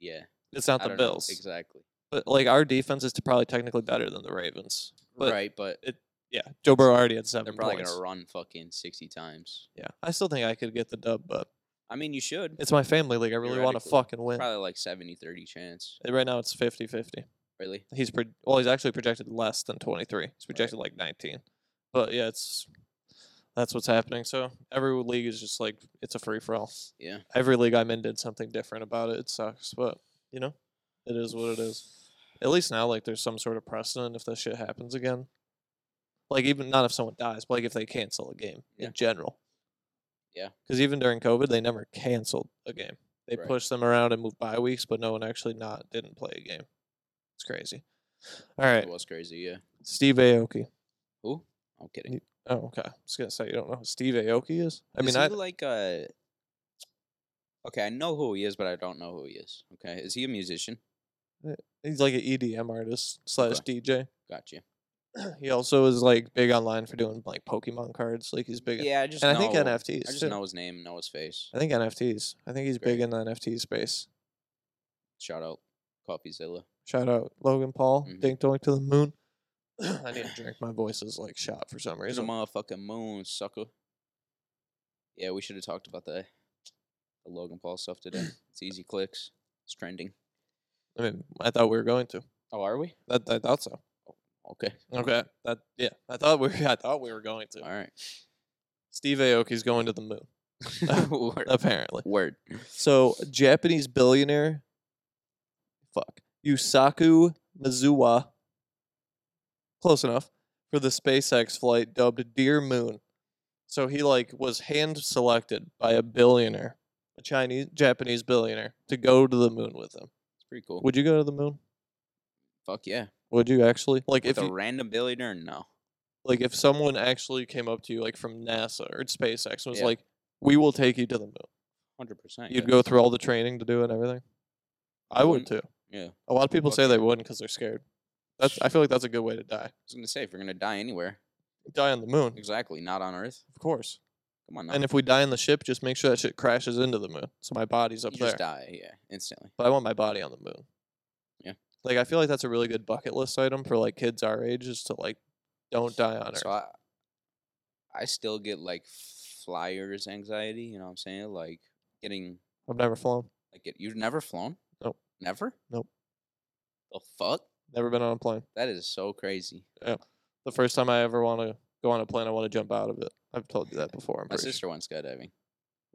Speaker 2: yeah,
Speaker 1: It's not
Speaker 2: I
Speaker 1: the
Speaker 2: don't know,
Speaker 1: Bills.
Speaker 2: exactly.
Speaker 1: But like our defense is t- probably technically better than the Ravens. But-
Speaker 2: right, but
Speaker 1: Yeah. Joe Burrow already had 7
Speaker 2: they're probably
Speaker 1: points.
Speaker 2: gonna run fucking sixty times.
Speaker 1: Yeah. I still think I could get the dub, but
Speaker 2: I mean, you should.
Speaker 1: It's my family league. I really want to
Speaker 2: Theoretically.
Speaker 1: fucking win.
Speaker 2: Probably like 70 30 chance.
Speaker 1: Right now it's 50-50.
Speaker 2: Really?
Speaker 1: He's pro- well, he's actually projected less than 23. He's projected like 19. But yeah, it's that's what's happening. So every league is just like it's a free for all.
Speaker 2: Yeah.
Speaker 1: Every league I'm in did something different about it. It sucks, but you know, it is what it is. At least now like there's some sort of precedent if this shit happens again. Like even not if someone dies, but like if they cancel a game
Speaker 2: Yeah.
Speaker 1: in general.
Speaker 2: Yeah.
Speaker 1: Cuz even during COVID, they never canceled a game. They
Speaker 2: Right.
Speaker 1: pushed them around and moved bye weeks, but no one actually not didn't play a game. It's crazy. All right.
Speaker 2: It was crazy, yeah.
Speaker 1: Steve Aoki.
Speaker 2: Who? I'm kidding.
Speaker 1: Oh, okay. I was gonna say you don't know who Steve Aoki is. I mean,
Speaker 2: is
Speaker 1: I
Speaker 2: he like a. Okay, I know who he is, but I don't know who he is. Okay, is he a musician?
Speaker 1: he's like an EDM artist slash DJ.
Speaker 2: Gotcha.
Speaker 1: He also is like big online for doing like Pokemon cards. Like he's big,
Speaker 2: Yeah, I just
Speaker 1: and
Speaker 2: know.
Speaker 1: I think NFTs.
Speaker 2: I just
Speaker 1: too.
Speaker 2: know his name, know his face.
Speaker 1: I think NFTs. I think he's big
Speaker 2: Great.
Speaker 1: in the NFT space.
Speaker 2: Shout out CoffeeZilla.
Speaker 1: Shout out Logan Paul.
Speaker 2: Mhm.
Speaker 1: Dink doink to the moon. I need to drink. My voice is like shot for some
Speaker 2: There's a
Speaker 1: reason.
Speaker 2: motherfucking moon, sucker. Yeah, we should have talked about the, the Logan Paul stuff today. It's easy clicks. It's trending.
Speaker 1: I mean, I thought we were going to.
Speaker 2: Oh, are we?
Speaker 1: That I thought so.
Speaker 2: Okay.
Speaker 1: Okay. That yeah. I thought we. I thought we were going to.
Speaker 2: All right.
Speaker 1: Steve Aoki's going to the moon.
Speaker 2: Word.
Speaker 1: Apparently.
Speaker 2: Word.
Speaker 1: So Japanese billionaire, fuck Yusaku Mizuwa. Close enough for the SpaceX flight dubbed Dear Moon. So he like was hand selected by a billionaire, a Chinese Japanese billionaire, to go to the moon with him.
Speaker 2: It's pretty cool.
Speaker 1: Would you go to the moon?
Speaker 2: Fuck yeah.
Speaker 1: Would you actually like
Speaker 2: With
Speaker 1: if
Speaker 2: a
Speaker 1: you,
Speaker 2: random billionaire, no.
Speaker 1: like if someone actually came up to you like from NASA or SpaceX and was
Speaker 2: Yeah.
Speaker 1: like, "We will take you to the moon."
Speaker 2: Hundred percent.
Speaker 1: You'd go through all the training to do it and everything. I would
Speaker 2: wouldn't-
Speaker 1: too.
Speaker 2: Yeah. I
Speaker 1: A lot of people
Speaker 2: fuck
Speaker 1: say they wouldn't because they're scared. That's I feel like that's a good way to die.
Speaker 2: was gonna say if you're gonna die anywhere,
Speaker 1: Die on the moon,
Speaker 2: exactly, not on Earth.
Speaker 1: of course.
Speaker 2: Come on now.
Speaker 1: And if we die in the ship, just make sure that shit crashes into the moon, so my body's up
Speaker 2: you
Speaker 1: there.
Speaker 2: just die, yeah, instantly.
Speaker 1: But I want my body on the moon.
Speaker 2: Yeah.
Speaker 1: Like I feel like that's a really good bucket list item for like kids our age is to like, don't die on Earth.
Speaker 2: So I, I still get like flyers anxiety. You know what I'm saying? Like getting
Speaker 1: I've never flown,
Speaker 2: like it, you've never flown?
Speaker 1: Nope.
Speaker 2: Never?
Speaker 1: Nope.
Speaker 2: The fuck?
Speaker 1: never been on a plane.
Speaker 2: That is so crazy.
Speaker 1: The first time I ever want to go on a plane, I want to jump out of it. I've told you that before. I'm
Speaker 2: My
Speaker 1: pretty sure.
Speaker 2: sister went skydiving.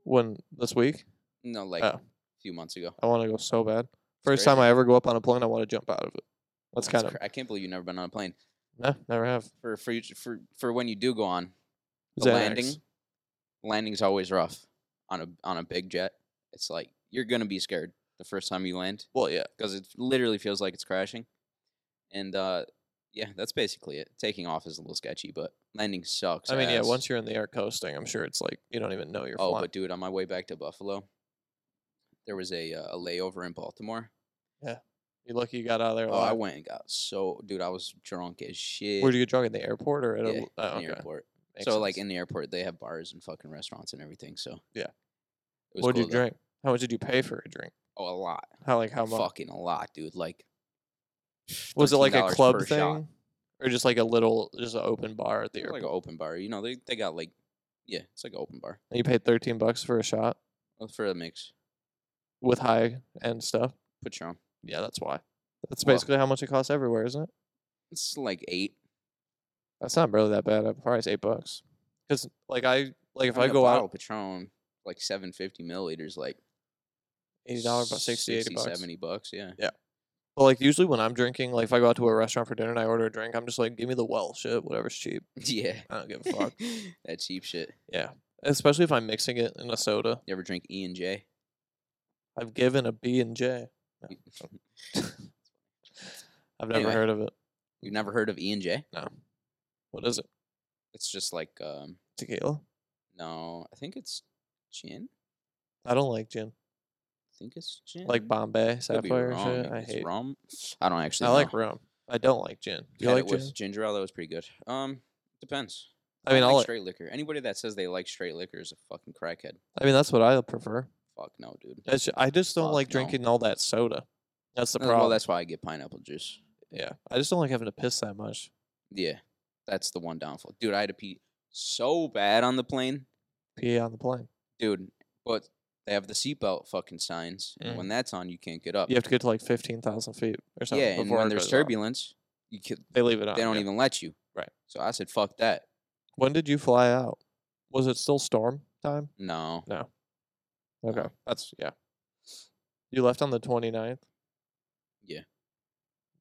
Speaker 1: When this week,
Speaker 2: No, like
Speaker 1: Oh.
Speaker 2: a few months ago.
Speaker 1: I want to go so bad. First time I ever go up on a plane, I want to jump out of it. That's kind of
Speaker 2: cra- I can't believe you've never been on a plane.
Speaker 1: no, never have.
Speaker 2: For for you- for for when you do go on the
Speaker 1: Xanax.
Speaker 2: landing, landing's always rough on a on a big jet. It's like you're gonna be scared the first time you land
Speaker 1: Well, yeah.
Speaker 2: because it literally feels like it's crashing. And uh, yeah, that's basically it. Taking off is a little sketchy, but landing sucks.
Speaker 1: I mean, yeah.
Speaker 2: ass.
Speaker 1: Once you're in the air coasting, I'm sure it's like you don't even know you're
Speaker 2: oh,
Speaker 1: flying.
Speaker 2: but dude, on my way back to Buffalo, there was a uh, a layover in Baltimore.
Speaker 1: You're lucky you got out of there.
Speaker 2: Oh, I
Speaker 1: alive.
Speaker 2: went and got so dude, I was drunk as shit.
Speaker 1: Where'd you get drunk in the airport or at
Speaker 2: yeah,
Speaker 1: a? l- Oh,
Speaker 2: in the
Speaker 1: okay.
Speaker 2: airport.
Speaker 1: Makes
Speaker 2: so like
Speaker 1: sense.
Speaker 2: in the airport, they have bars and fucking restaurants and everything. So
Speaker 1: Yeah.
Speaker 2: it was
Speaker 1: what'd you
Speaker 2: cool though.
Speaker 1: drink? How much did you pay for a drink?
Speaker 2: Oh, a lot,
Speaker 1: How like how much?
Speaker 2: fucking a lot, dude. Like,
Speaker 1: Was it like a
Speaker 2: $13
Speaker 1: club
Speaker 2: per
Speaker 1: thing,
Speaker 2: shot.
Speaker 1: or just like a little just an open bar at the
Speaker 2: It's like
Speaker 1: airport?
Speaker 2: an open bar. You know, they they got like, yeah, it's like an open bar
Speaker 1: and you paid thirteen bucks for a shot
Speaker 2: Uh, for a mix.
Speaker 1: with high end stuff.
Speaker 2: Put your on.
Speaker 1: Yeah, that's why. That's
Speaker 2: Well-
Speaker 1: basically how much it costs everywhere, isn't it?
Speaker 2: It's like eight.
Speaker 1: That's not really that bad. Probably it's eight bucks. Because like I like if I
Speaker 2: I mean, a
Speaker 1: go
Speaker 2: bottle
Speaker 1: out
Speaker 2: of Patron, like seven fifty milliliters, like
Speaker 1: eighty dollars, about 60, 80 bucks.
Speaker 2: 70 bucks. Yeah,
Speaker 1: But like usually when I'm drinking, like if I go out to a restaurant for dinner and I order a drink, I'm just like, give me the well shit, whatever's cheap.
Speaker 2: yeah.
Speaker 1: I don't give a fuck.
Speaker 2: that cheap shit.
Speaker 1: yeah. Especially if I'm mixing it in a soda.
Speaker 2: You ever drink E and J?
Speaker 1: I've given a B and J. No, I've never
Speaker 2: Anyway.
Speaker 1: heard of it.
Speaker 2: You've never heard of E and J?
Speaker 1: What is it?
Speaker 2: It's just like um,
Speaker 1: Tequila?
Speaker 2: no, I think it's gin.
Speaker 1: I don't like gin.
Speaker 2: I think it's gin.
Speaker 1: Like Bombay
Speaker 2: Could be
Speaker 1: Sapphire and
Speaker 2: wrong,
Speaker 1: shit.
Speaker 2: maybe
Speaker 1: I
Speaker 2: it's
Speaker 1: hate.
Speaker 2: rum. I don't actually.
Speaker 1: I like
Speaker 2: know.
Speaker 1: rum. I don't like gin. Do you
Speaker 2: Had
Speaker 1: like
Speaker 2: it
Speaker 1: gin?
Speaker 2: with ginger ale. That was pretty good. Um, depends.
Speaker 1: I mean,
Speaker 2: don't
Speaker 1: I'll.
Speaker 2: like
Speaker 1: Like,
Speaker 2: straight liquor. Anybody that says they like straight liquor is a fucking crackhead.
Speaker 1: I mean, that's what I prefer.
Speaker 2: Fuck no, dude.
Speaker 1: That's ju- I just don't
Speaker 2: Fuck
Speaker 1: like
Speaker 2: no.
Speaker 1: drinking all that soda. That's the
Speaker 2: Uh,
Speaker 1: problem.
Speaker 2: Well, that's why I get pineapple juice.
Speaker 1: yeah, I just don't like having to piss that much.
Speaker 2: Yeah, that's the one downfall, dude. I had to pee so bad on the plane,
Speaker 1: Pee on the plane.
Speaker 2: dude. But They have the seatbelt fucking signs. and
Speaker 1: Mm.
Speaker 2: When that's on, you can't get up.
Speaker 1: You have to get to like fifteen thousand feet or something.
Speaker 2: yeah, and
Speaker 1: before
Speaker 2: when
Speaker 1: it
Speaker 2: there's
Speaker 1: goes off.
Speaker 2: turbulence, you could,
Speaker 1: they leave it on.
Speaker 2: they don't
Speaker 1: yeah.
Speaker 2: even let you.
Speaker 1: Right.
Speaker 2: So I said, fuck that.
Speaker 1: When did you fly out? Was it still storm time?
Speaker 2: No.
Speaker 1: Okay,
Speaker 2: No.
Speaker 1: that's yeah. You left on the 29th?
Speaker 2: Yeah.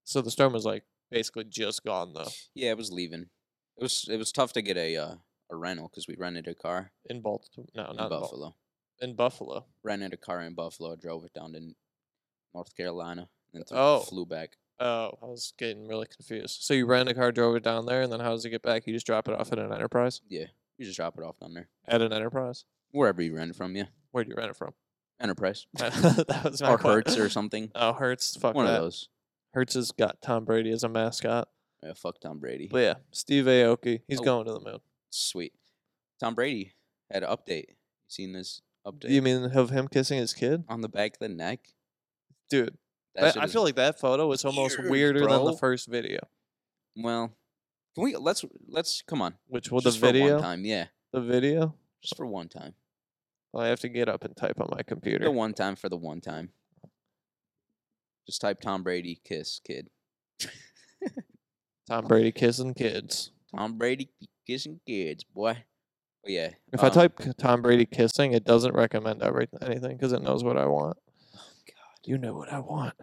Speaker 1: So the storm was like basically just gone though
Speaker 2: Yeah, I was leaving. It was it was tough to get a uh, a rental because we rented a car
Speaker 1: in Baltimore. No, Oh, not
Speaker 2: in
Speaker 1: in Buffalo.
Speaker 2: Buffalo.
Speaker 1: in Buffalo.
Speaker 2: rented a car in Buffalo, drove it down to N- North Carolina, and then
Speaker 1: Oh.
Speaker 2: flew back.
Speaker 1: Oh, I was getting really confused. So you rented a car, drove it down there, and then how does it get back? You just drop it off at an enterprise?
Speaker 2: You just drop it off down there,
Speaker 1: At an enterprise?
Speaker 2: wherever you rent from. Yeah,
Speaker 1: Where do you rent it from?
Speaker 2: Enterprise
Speaker 1: that was my
Speaker 2: or
Speaker 1: que-
Speaker 2: Hertz or something.
Speaker 1: Oh, Hertz. Fuck
Speaker 2: One
Speaker 1: that.
Speaker 2: of those.
Speaker 1: Hertz has got Tom Brady as a mascot.
Speaker 2: Yeah, fuck Tom Brady.
Speaker 1: But yeah, Steve Aoki, he's
Speaker 2: Oh.
Speaker 1: going to the moon.
Speaker 2: Sweet. Tom Brady had an update. You seen this update
Speaker 1: You mean of him kissing his kid?
Speaker 2: on the back of the neck?
Speaker 1: Dude,
Speaker 2: Uh, That
Speaker 1: That-
Speaker 2: shit
Speaker 1: I
Speaker 2: is-
Speaker 1: feel like that photo was almost
Speaker 2: weird,
Speaker 1: weirder than
Speaker 2: bro.
Speaker 1: the first video,
Speaker 2: well. Can we let's let's come on
Speaker 1: which was
Speaker 2: just
Speaker 1: the
Speaker 2: for
Speaker 1: video.
Speaker 2: one time? Yeah,
Speaker 1: The video.
Speaker 2: just for one time.
Speaker 1: I have to get up and type on my computer.
Speaker 2: The one time for the one time. Just type Tom Brady kiss kid.
Speaker 1: Tom Brady kissing kids.
Speaker 2: Tom Brady be kissing kids, boy. But yeah.
Speaker 1: If I
Speaker 2: um,
Speaker 1: type k- Tom Brady kissing, it doesn't recommend every- anything because it knows what I want. You know what I want.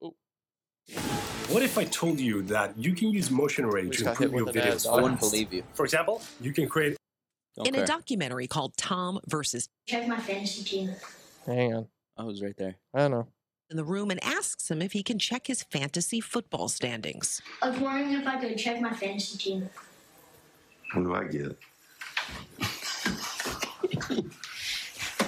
Speaker 4: What if I told you that you can use motion array
Speaker 1: We just
Speaker 4: to
Speaker 1: got hit
Speaker 4: improve your
Speaker 1: with an ad,
Speaker 4: videos?
Speaker 1: dog.
Speaker 2: I wouldn't
Speaker 4: fast?
Speaker 2: believe you.
Speaker 4: For example, you can create
Speaker 2: Okay.
Speaker 5: In a documentary called Tom versus
Speaker 6: Do you have my fantasy team?
Speaker 1: Hang on.
Speaker 2: I Oh, was right there.
Speaker 1: I don't know.
Speaker 5: in the room and asks him if he can check his fantasy football standings.
Speaker 6: I was wondering if I could check my fantasy team.
Speaker 7: What do I get?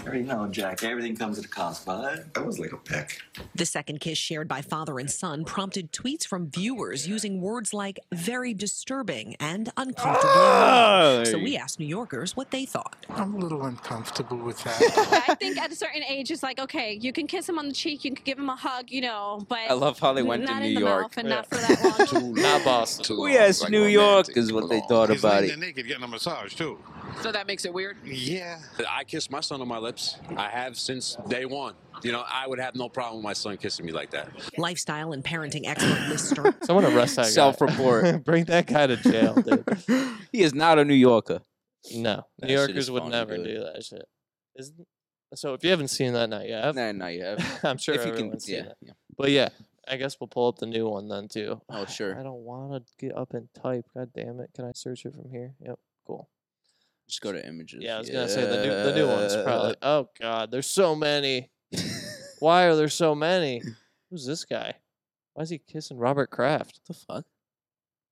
Speaker 8: Already know, Jack. Everything comes at a cost, bud.
Speaker 7: That was like a peck.
Speaker 5: The second kiss shared by father and son prompted tweets from viewers using words like very disturbing and uncomfortably. arousing. So we asked New Yorkers what they thought.
Speaker 9: I'm a little uncomfortable with that.
Speaker 10: I think at a certain age, it's like, okay, you can kiss him on the cheek, you can give him a hug, you know, but
Speaker 2: I love how they went to
Speaker 10: Eh, not
Speaker 2: New
Speaker 10: in the
Speaker 2: York.
Speaker 10: mouth and
Speaker 1: Yeah.
Speaker 10: not for that long.
Speaker 1: Not Boston.
Speaker 2: We asked New York is what they thought
Speaker 11: He's
Speaker 2: about
Speaker 11: laying
Speaker 2: it.
Speaker 11: there naked getting a massage too.
Speaker 9: so that makes it weird.
Speaker 11: Yeah. I kiss my son on my lips. I have since day one. You know, I would have no problem with my son kissing me like that.
Speaker 5: Lifestyle and parenting expert Lister
Speaker 1: Someone arrest that guy.
Speaker 2: Self-report.
Speaker 1: Bring that guy to jail, dude.
Speaker 2: he is not a New Yorker.
Speaker 1: No,
Speaker 2: That shit
Speaker 1: New Yorkers
Speaker 2: is
Speaker 1: would
Speaker 2: funny,
Speaker 1: never
Speaker 2: dude.
Speaker 1: do that shit. Isn't... So if you haven't seen that night yet,
Speaker 2: No, no, you have.
Speaker 1: I'm sure
Speaker 2: if you can,
Speaker 1: everyone's seen
Speaker 2: yeah,
Speaker 1: it.
Speaker 2: yeah.
Speaker 1: But yeah, I guess we'll pull up the new one then too.
Speaker 2: Oh,
Speaker 1: I
Speaker 2: sure.
Speaker 1: don't want to get up and type. God damn it! Can I search it from here? Yep. Cool.
Speaker 2: Just go to images.
Speaker 1: Yeah, I was gonna say the new the new one's probably.
Speaker 2: Yeah.
Speaker 1: Oh God, there's so many. Why are there so many? Who's this guy? Why is he kissing Robert Kraft?
Speaker 2: the fuck?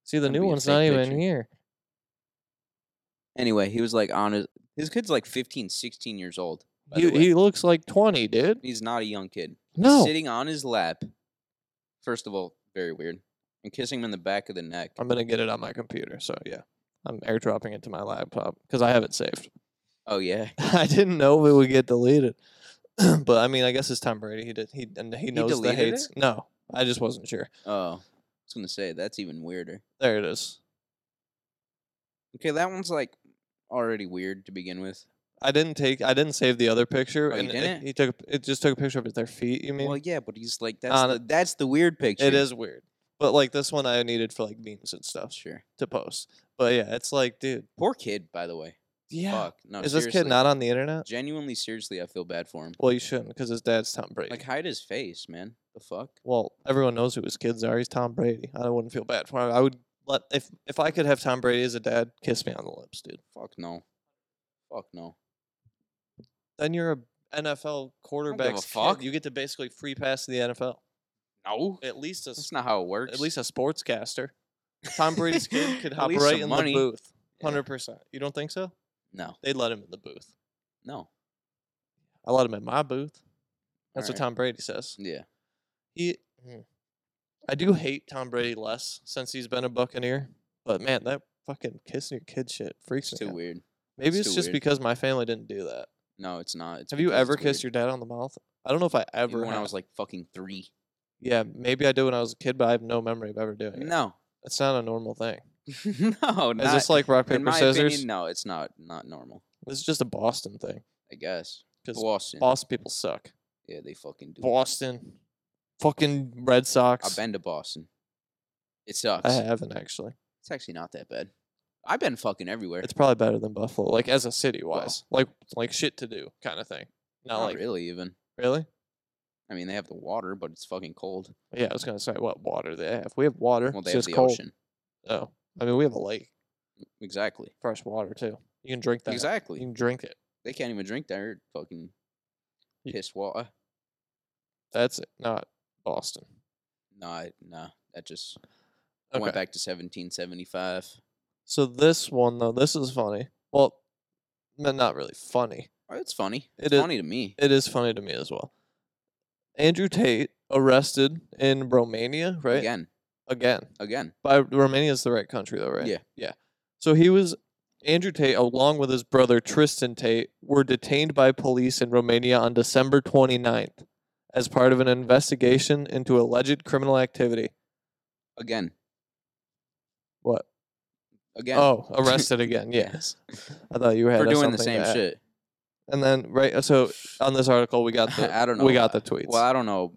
Speaker 1: See, the
Speaker 2: Gotta
Speaker 1: new
Speaker 2: be a
Speaker 1: one's not
Speaker 2: fake
Speaker 1: even
Speaker 2: picture.
Speaker 1: here.
Speaker 2: Anyway, he was like on his. His kid's like 15, 16 years old. by
Speaker 1: He
Speaker 2: the way.
Speaker 1: he looks like 20, dude.
Speaker 2: He's not a young kid.
Speaker 1: No,
Speaker 2: Sitting on his lap. First of all, very weird. And kissing him in the back of the neck.
Speaker 1: I'm gonna get it on my computer. So yeah, I'm airdropping it to my laptop because I have it saved.
Speaker 2: Oh yeah.
Speaker 1: I didn't know it would get deleted, but I mean, I guess it's Tom Brady. He did. He and he knows the
Speaker 2: deleted
Speaker 1: hates. No, I just wasn't sure.
Speaker 2: Oh, I was gonna say that's even weirder.
Speaker 1: There it is.
Speaker 2: Okay, that one's like already weird to begin with.
Speaker 1: I didn't take. I didn't save the other picture.
Speaker 2: Oh, you
Speaker 1: and it-
Speaker 2: didn't?
Speaker 1: he took. It just took a picture of their feet. You mean?
Speaker 2: Well, yeah, but he's like that's
Speaker 1: On
Speaker 2: the, that's the weird picture.
Speaker 1: it is weird. But like this one, I needed for like memes and stuff
Speaker 2: sure.
Speaker 1: to post. But yeah, it's like, dude.
Speaker 2: Poor kid, by the way.
Speaker 1: Yeah.
Speaker 2: Fuck. No,
Speaker 1: is this
Speaker 2: seriously.
Speaker 1: kid not on the internet?
Speaker 2: Genuinely, seriously, I feel bad for him.
Speaker 1: Well, you shouldn't, because his dad's Tom Brady.
Speaker 2: Like hide his face, man. The fuck.
Speaker 1: well, everyone knows who his kids are. He's Tom Brady. I wouldn't feel bad for him. I would let if if I could have Tom Brady as a dad, kiss me on the lips, dude.
Speaker 2: Fuck no. Fuck no.
Speaker 1: then you're a NFL quarterback.
Speaker 2: fuck.
Speaker 1: You get to basically free pass to the NFL.
Speaker 2: No.
Speaker 1: At least a s-
Speaker 2: That's not how it works.
Speaker 1: at least a sportscaster. Tom Brady's kid could
Speaker 2: At
Speaker 1: hop
Speaker 2: least
Speaker 1: right
Speaker 2: some
Speaker 1: in
Speaker 2: money.
Speaker 1: the booth.
Speaker 2: Yeah.
Speaker 1: Hundred percent. You don't think so?
Speaker 2: No.
Speaker 1: They'd let him in the booth.
Speaker 2: No.
Speaker 1: I let him in my booth. That's
Speaker 2: Alright.
Speaker 1: what Tom Brady says.
Speaker 2: Yeah.
Speaker 1: He, Mm. I do hate Tom Brady less since he's been a Buccaneer, but man, that fucking kissing your kid shit freaks
Speaker 2: It's
Speaker 1: me.
Speaker 2: too
Speaker 1: out.
Speaker 2: weird.
Speaker 1: Maybe
Speaker 2: it's
Speaker 1: it's,
Speaker 2: too
Speaker 1: just
Speaker 2: weird.
Speaker 1: because my family didn't do that.
Speaker 2: No, it's not. It's
Speaker 1: Have you
Speaker 2: because
Speaker 1: ever
Speaker 2: it's weird.
Speaker 1: kissed your dad on the mouth? I don't know if I
Speaker 2: Even
Speaker 1: ever.
Speaker 2: when I
Speaker 1: have.
Speaker 2: was like fucking three?
Speaker 1: Yeah, maybe I did when I was a kid, but I have no memory of ever doing it.
Speaker 2: No.
Speaker 1: It's not a normal thing.
Speaker 2: no. Not,
Speaker 1: Is this like rock
Speaker 2: in
Speaker 1: paper
Speaker 2: my
Speaker 1: scissors?
Speaker 2: opinion, no. It's not not normal.
Speaker 1: This is just a Boston thing.
Speaker 2: I guess.
Speaker 1: 'Cause
Speaker 2: Boston.
Speaker 1: Boston people suck.
Speaker 2: yeah, they fucking do.
Speaker 1: Boston, fucking Red
Speaker 2: I've
Speaker 1: Sox.
Speaker 2: been to Boston. It sucks.
Speaker 1: I haven't actually.
Speaker 2: It's actually not that bad. I've been fucking everywhere.
Speaker 1: It's probably better than Buffalo, like as a city wise, like like shit to do kind of thing. Not,
Speaker 2: not
Speaker 1: like
Speaker 2: really even.
Speaker 1: really.
Speaker 2: I mean, they have the water, but it's fucking cold.
Speaker 1: Yeah, I was gonna say what water they have. We have water.
Speaker 2: Well,
Speaker 1: it's
Speaker 2: they have
Speaker 1: just
Speaker 2: the
Speaker 1: cold.
Speaker 2: ocean.
Speaker 1: Oh, I mean we have a lake,
Speaker 2: Exactly.
Speaker 1: fresh water too. You can drink that.
Speaker 2: Exactly.
Speaker 1: You can drink it.
Speaker 2: They can't even drink their fucking
Speaker 1: Ye-
Speaker 2: piss water.
Speaker 1: That's it. Not Boston.
Speaker 2: Nah, nah. That just I
Speaker 1: Okay.
Speaker 2: went back to 1775.
Speaker 1: So this one though, this is funny. Well, n- not really funny.
Speaker 2: Oh, it's funny.
Speaker 1: It
Speaker 2: It's
Speaker 1: is-
Speaker 2: funny to me.
Speaker 1: It is funny to me as well. Andrew Tate arrested in Romania, right?
Speaker 2: Again,
Speaker 1: Again.
Speaker 2: again.
Speaker 1: By Romania is the right country though, right?
Speaker 2: Yeah.
Speaker 1: Yeah. So he was Andrew Tate, along with his brother Tristan Tate, were detained by police in Romania on December 29th as part of an investigation into alleged criminal activity.
Speaker 2: Again.
Speaker 1: What?
Speaker 2: Again.
Speaker 1: Oh, arrested again. Yes. I thought you had
Speaker 2: For
Speaker 1: a
Speaker 2: doing the
Speaker 1: something
Speaker 2: same
Speaker 1: to add.
Speaker 2: shit.
Speaker 1: And then right uh, so on this article we got the
Speaker 2: I don't know.
Speaker 1: we got
Speaker 2: uh,
Speaker 1: the tweets.
Speaker 2: Well, I don't know.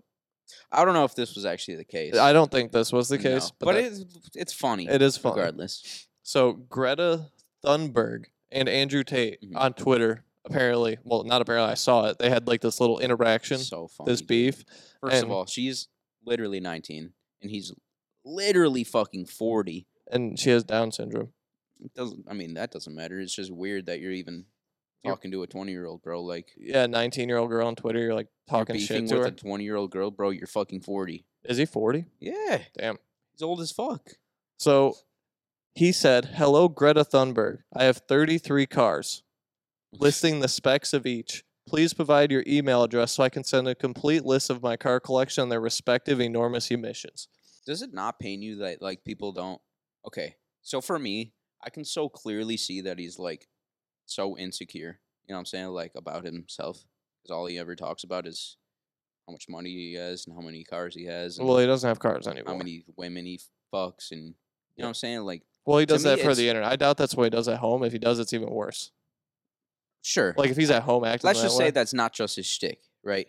Speaker 2: I don't know if this was actually the case.
Speaker 1: I don't think this was the
Speaker 2: No,
Speaker 1: case,
Speaker 2: but,
Speaker 1: that-
Speaker 2: it's it's funny.
Speaker 1: it is funny.
Speaker 2: regardless.
Speaker 1: So Greta Thunberg and Andrew Tate
Speaker 2: Mhm.
Speaker 1: on Twitter apparently, well, not apparently, I saw it. They had like this little interaction,
Speaker 2: So funny.
Speaker 1: this beef.
Speaker 2: First of
Speaker 1: and-
Speaker 2: all, she's literally 19, and he's literally fucking 40.
Speaker 1: and she has Down syndrome.
Speaker 2: It doesn't. I mean, that doesn't matter. It's just weird that you're even
Speaker 1: You're-
Speaker 2: talking to a 20 year old bro. Like
Speaker 1: Yeah, nineteen year old girl on Twitter. You're like
Speaker 2: you're
Speaker 1: talking
Speaker 2: beefing
Speaker 1: shit to
Speaker 2: with
Speaker 1: her.
Speaker 2: a 20 year old girl, bro. You're fucking 40.
Speaker 1: Is he forty?
Speaker 2: Yeah,
Speaker 1: Damn.
Speaker 2: he's old as fuck.
Speaker 1: So he said, "Hello, Greta Thunberg. I have thirty three cars, listing the specs of each." Please provide your email address so I can send a complete list of my car collection and their respective enormous emissions.
Speaker 2: Does it not pain you that like people don't? Okay, so for me, I can so clearly see that he's like so insecure. You know what I'm saying? Like about himself, because all he ever talks about is how much money he has and how many cars he has. And
Speaker 1: Well, he doesn't have cars anymore.
Speaker 2: how many women he fucks and you know what I'm saying? Like,
Speaker 1: Well, he
Speaker 2: To
Speaker 1: does
Speaker 2: me,
Speaker 1: that for the
Speaker 2: it's-
Speaker 1: internet. I doubt that's what he does at home. If he does, it's even worse.
Speaker 2: sure.
Speaker 1: Like if he's at home acting.
Speaker 2: let's
Speaker 1: that
Speaker 2: just
Speaker 1: way,
Speaker 2: say that's not just his shtick, right?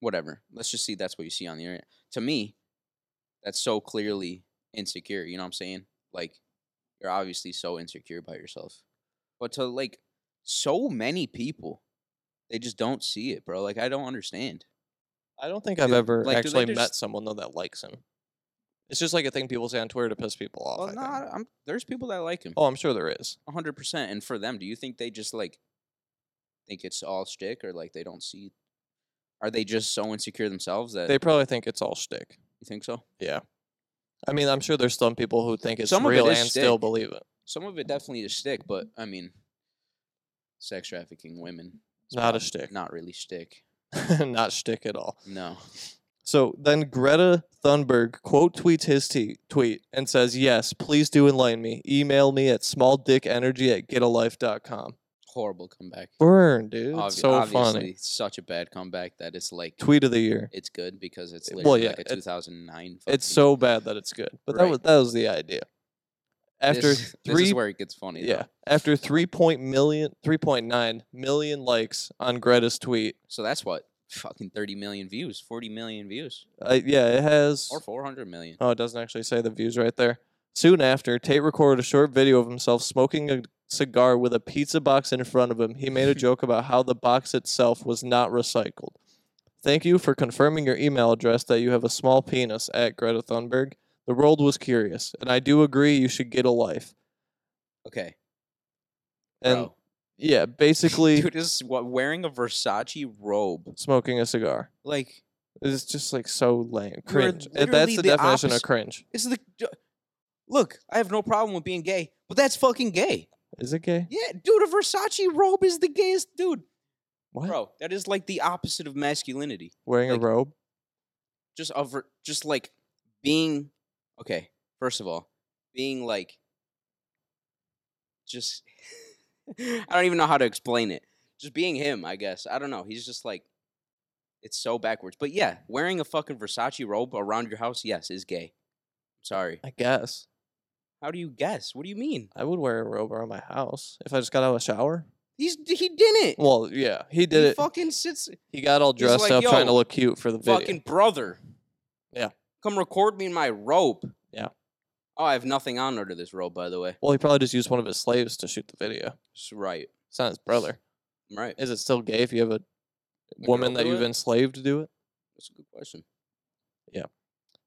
Speaker 2: Whatever. Let's just see that's what you see on the internet. To me, that's so clearly insecure. You know what I'm saying? Like, you're obviously so insecure about yourself. But to like so many people, they just don't see it, bro. Like, I don't understand.
Speaker 1: I don't think I've
Speaker 2: do-
Speaker 1: ever
Speaker 2: like, do they
Speaker 1: actually met
Speaker 2: just-
Speaker 1: someone though that likes him. It's just like a thing people say on Twitter to piss people off.
Speaker 2: Well,
Speaker 1: I
Speaker 2: no,
Speaker 1: think.
Speaker 2: I'm, there's people that like him.
Speaker 1: Oh, I'm sure there is.
Speaker 2: A hundred percent. And for them, do you think they just like think it's all shtick, or like they don't see? Are they just so insecure themselves that
Speaker 1: They probably think it's all shtick.
Speaker 2: you think so?
Speaker 1: Yeah. I mean, I'm sure there's some people who think it's
Speaker 2: Some of it
Speaker 1: real
Speaker 2: is
Speaker 1: and still
Speaker 2: shtick.
Speaker 1: believe it.
Speaker 2: Some of it definitely is shtick, but I mean, sex trafficking women is
Speaker 1: Not a
Speaker 2: prob-
Speaker 1: shtick.
Speaker 2: Not really shtick.
Speaker 1: Not shtick at all.
Speaker 2: No.
Speaker 1: So then Greta Thunberg quote tweets his t- tweet and says, Yes, please do enlighten me. Email me at smalldickenergy at getalife.com.
Speaker 2: Horrible comeback.
Speaker 1: Burn, dude.
Speaker 2: Obvi-
Speaker 1: It's so
Speaker 2: obviously,
Speaker 1: funny.
Speaker 2: such a bad comeback that it's like
Speaker 1: Tweet of the year.
Speaker 2: it's good because it's
Speaker 1: Well,
Speaker 2: literally
Speaker 1: yeah,
Speaker 2: like a
Speaker 1: it-
Speaker 2: 2009.
Speaker 1: It's
Speaker 2: fucking-
Speaker 1: so bad that it's good. But that
Speaker 2: Right.
Speaker 1: was that was the idea. After
Speaker 2: this,
Speaker 1: three
Speaker 2: this is where it gets funny. though.
Speaker 1: yeah, after 3 point million 3.9 million likes on Greta's tweet.
Speaker 2: So that's what fucking 30 million views, 40 million views,
Speaker 1: Uh, yeah, it has
Speaker 2: or 400 million.
Speaker 1: Oh, it doesn't actually say the views right there. Soon after, Tate recorded a short video of himself smoking a cigar with a pizza box in front of him. He made a joke about how the box itself was not recycled. Thank you for confirming your email address that you have a small penis at Greta Thunberg. The world was curious, and I do agree you should get a life.
Speaker 2: Okay.
Speaker 1: And
Speaker 2: bro.
Speaker 1: yeah, basically
Speaker 2: dude is what, wearing a Versace robe.
Speaker 1: smoking a cigar.
Speaker 2: Like,
Speaker 1: It's just like so lame.
Speaker 2: You are
Speaker 1: Cringe. Uh,
Speaker 2: literally
Speaker 1: That's the,
Speaker 2: the
Speaker 1: definition of
Speaker 2: opposite-
Speaker 1: cringe.
Speaker 2: it's the. d- Look, I have no problem with being gay, but that's fucking gay.
Speaker 1: Is it gay?
Speaker 2: Yeah, dude, a Versace robe is the gayest dude.
Speaker 1: What?
Speaker 2: Bro, that is like the opposite of masculinity.
Speaker 1: Wearing
Speaker 2: like-
Speaker 1: a robe?
Speaker 2: Just over, just like being. Okay, first of all, being like. Just. I don't even know how to explain it. Just being him, I guess. I don't know. He's just like. It's so backwards. But yeah, wearing a fucking Versace robe around your house, yes, is gay. Sorry.
Speaker 1: I guess.
Speaker 2: How do you guess? What do you mean?
Speaker 1: I would wear a robe around my house if I just got out of the shower.
Speaker 2: He's he didn't.
Speaker 1: Well, yeah, he did
Speaker 2: he
Speaker 1: it.
Speaker 2: fucking sits
Speaker 1: He got all dressed
Speaker 2: like,
Speaker 1: up trying to
Speaker 2: "Yo,
Speaker 1: look cute for the video.
Speaker 2: fucking brother.
Speaker 1: Yeah.
Speaker 2: Come record me in my robe.
Speaker 1: Yeah.
Speaker 2: Oh, I have nothing on under this robe, by the way.
Speaker 1: Well, he probably just used one of his slaves to shoot the video.
Speaker 2: That's right.
Speaker 1: It's not his brother.
Speaker 2: I'm right.
Speaker 1: Is it still gay if you have a
Speaker 2: girl
Speaker 1: woman that
Speaker 2: do
Speaker 1: you've
Speaker 2: it?
Speaker 1: enslaved to do it?
Speaker 2: That's a good question.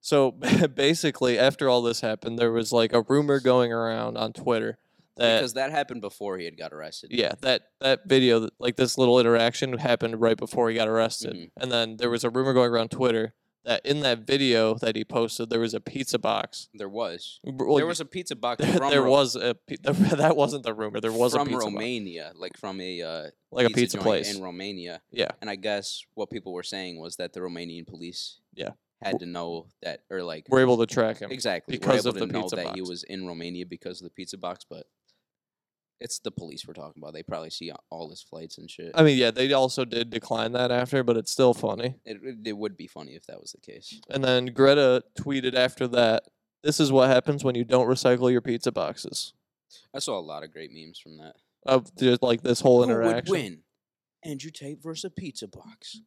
Speaker 1: So basically, after all this happened, there was like a rumor going around on Twitter that
Speaker 2: because that happened before he had got arrested.
Speaker 1: Uh, yeah, that that video, that, like this little interaction, happened right before he got arrested,
Speaker 2: Mhm.
Speaker 1: and then there was a rumor going around Twitter that in that video that he posted, there was a pizza box.
Speaker 2: There was.
Speaker 1: Br- well,
Speaker 2: there
Speaker 1: y-
Speaker 2: was a pizza box
Speaker 1: there,
Speaker 2: from
Speaker 1: there
Speaker 2: Ro-
Speaker 1: was a pi- that wasn't the rumor. There was
Speaker 2: from
Speaker 1: a pizza box,
Speaker 2: Romania, like from a uh,
Speaker 1: like a pizza
Speaker 2: joint
Speaker 1: place.
Speaker 2: in Romania.
Speaker 1: Yeah.
Speaker 2: And I guess what people were saying was that the Romanian police
Speaker 1: Yeah.
Speaker 2: had to know that or like
Speaker 1: We're able to track him.
Speaker 2: exactly were
Speaker 1: because
Speaker 2: able
Speaker 1: of
Speaker 2: to
Speaker 1: the
Speaker 2: know
Speaker 1: pizza
Speaker 2: that he
Speaker 1: box.
Speaker 2: was in Romania because of the pizza box, but it's the police we're talking about. They probably see a- all his flights and shit.
Speaker 1: I mean, yeah, they also did decline that after, but it's still funny.
Speaker 2: it, it- it would be funny if that was the case.
Speaker 1: And then Greta tweeted after that, "This is what happens when you don't recycle your pizza boxes."
Speaker 2: I saw a lot of great memes from that.
Speaker 1: Of just like this whole
Speaker 2: Who would
Speaker 1: interaction.
Speaker 2: win? Andrew Tate versus a pizza box.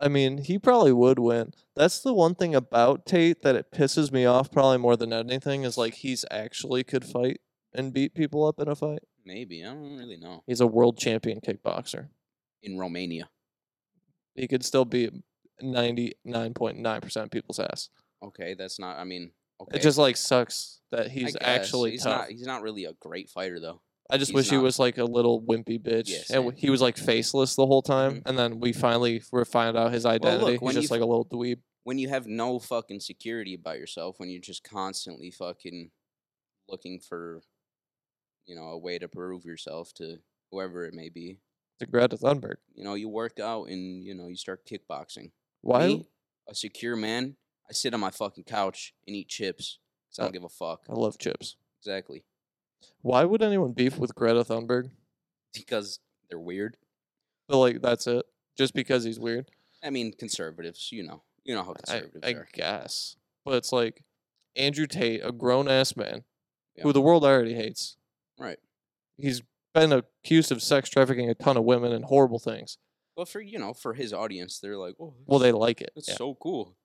Speaker 1: I mean, he probably would win. That's the one thing about Tate that it pisses me off probably more than anything is like he's actually could fight and beat people up in a fight.
Speaker 2: Maybe I don't really know.
Speaker 1: He's a world champion kickboxer.
Speaker 2: In Romania,
Speaker 1: He could still beat ninety nine point nine percent of people's ass.
Speaker 2: okay, that's not. I mean, okay.
Speaker 1: It just like sucks that
Speaker 2: I
Speaker 1: he's
Speaker 2: guess.
Speaker 1: actually
Speaker 2: he's
Speaker 1: tough.
Speaker 2: not. He's not really a great fighter though.
Speaker 1: I just
Speaker 2: He's
Speaker 1: wish he
Speaker 2: not.
Speaker 1: was like a little wimpy bitch,
Speaker 2: Yeah,
Speaker 1: and
Speaker 2: same. Mm-hmm.
Speaker 1: w- he was like faceless the whole time. And then we finally f- we find out his identity.
Speaker 2: look, when
Speaker 1: He's
Speaker 2: you
Speaker 1: just
Speaker 2: f-
Speaker 1: like a little dweeb.
Speaker 2: When you have no fucking security about yourself, when you're just constantly fucking looking for, you know, a way to prove yourself to whoever it may be.
Speaker 1: To Greta Thunberg.
Speaker 2: You know, you work out and you know you start kickboxing.
Speaker 1: Why?
Speaker 2: Me, a secure man, I sit on my fucking couch and eat chips. 'cause I
Speaker 1: Uh,
Speaker 2: don't give a fuck.
Speaker 1: I love chips.
Speaker 2: Exactly.
Speaker 1: Why would anyone beef with Greta Thunberg?
Speaker 2: Because they're weird.
Speaker 1: But like that's it. Just because he's weird.
Speaker 2: I mean, conservatives, you know. You know how
Speaker 1: I,
Speaker 2: conservatives
Speaker 1: I
Speaker 2: are.
Speaker 1: guess. But it's like Andrew Tate, a grown ass man,
Speaker 2: Yeah.
Speaker 1: who the world already hates.
Speaker 2: Right.
Speaker 1: He's been accused of sex trafficking a ton of women and horrible things.
Speaker 2: But for, you know, for his audience, they're like, oh,
Speaker 1: Well, they like it.
Speaker 2: that's
Speaker 1: Yeah.
Speaker 2: so cool.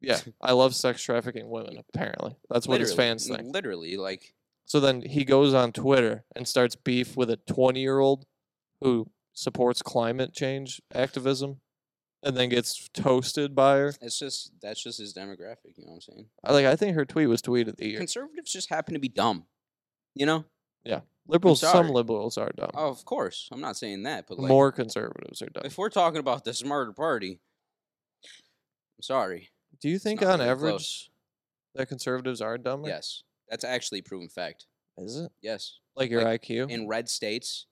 Speaker 1: yeah. I love sex trafficking women, apparently. That's what his fans think.
Speaker 2: Literally, like,
Speaker 1: So then he goes on Twitter and starts beef with a 20 year old who supports climate change activism and then gets toasted by her.
Speaker 2: it's just, that's just his demographic, you know what I'm saying?
Speaker 1: I- Like, I think her tweet was tweet of the year.
Speaker 2: Conservatives just happen to be dumb. You know?
Speaker 1: Liberals, some
Speaker 2: sorry.
Speaker 1: liberals are dumb.
Speaker 2: Oh, of course. I'm not saying that, but like,
Speaker 1: More conservatives are dumb.
Speaker 2: if we're talking about the smarter party, I'm sorry.
Speaker 1: Do you
Speaker 2: it's
Speaker 1: think,
Speaker 2: not
Speaker 1: on
Speaker 2: really
Speaker 1: average,
Speaker 2: close.
Speaker 1: that conservatives are dumber?
Speaker 2: Yes. That's actually a proven fact.
Speaker 1: Is it?
Speaker 2: Yes.
Speaker 1: Like your
Speaker 2: Like,
Speaker 1: IQ?
Speaker 2: in red states,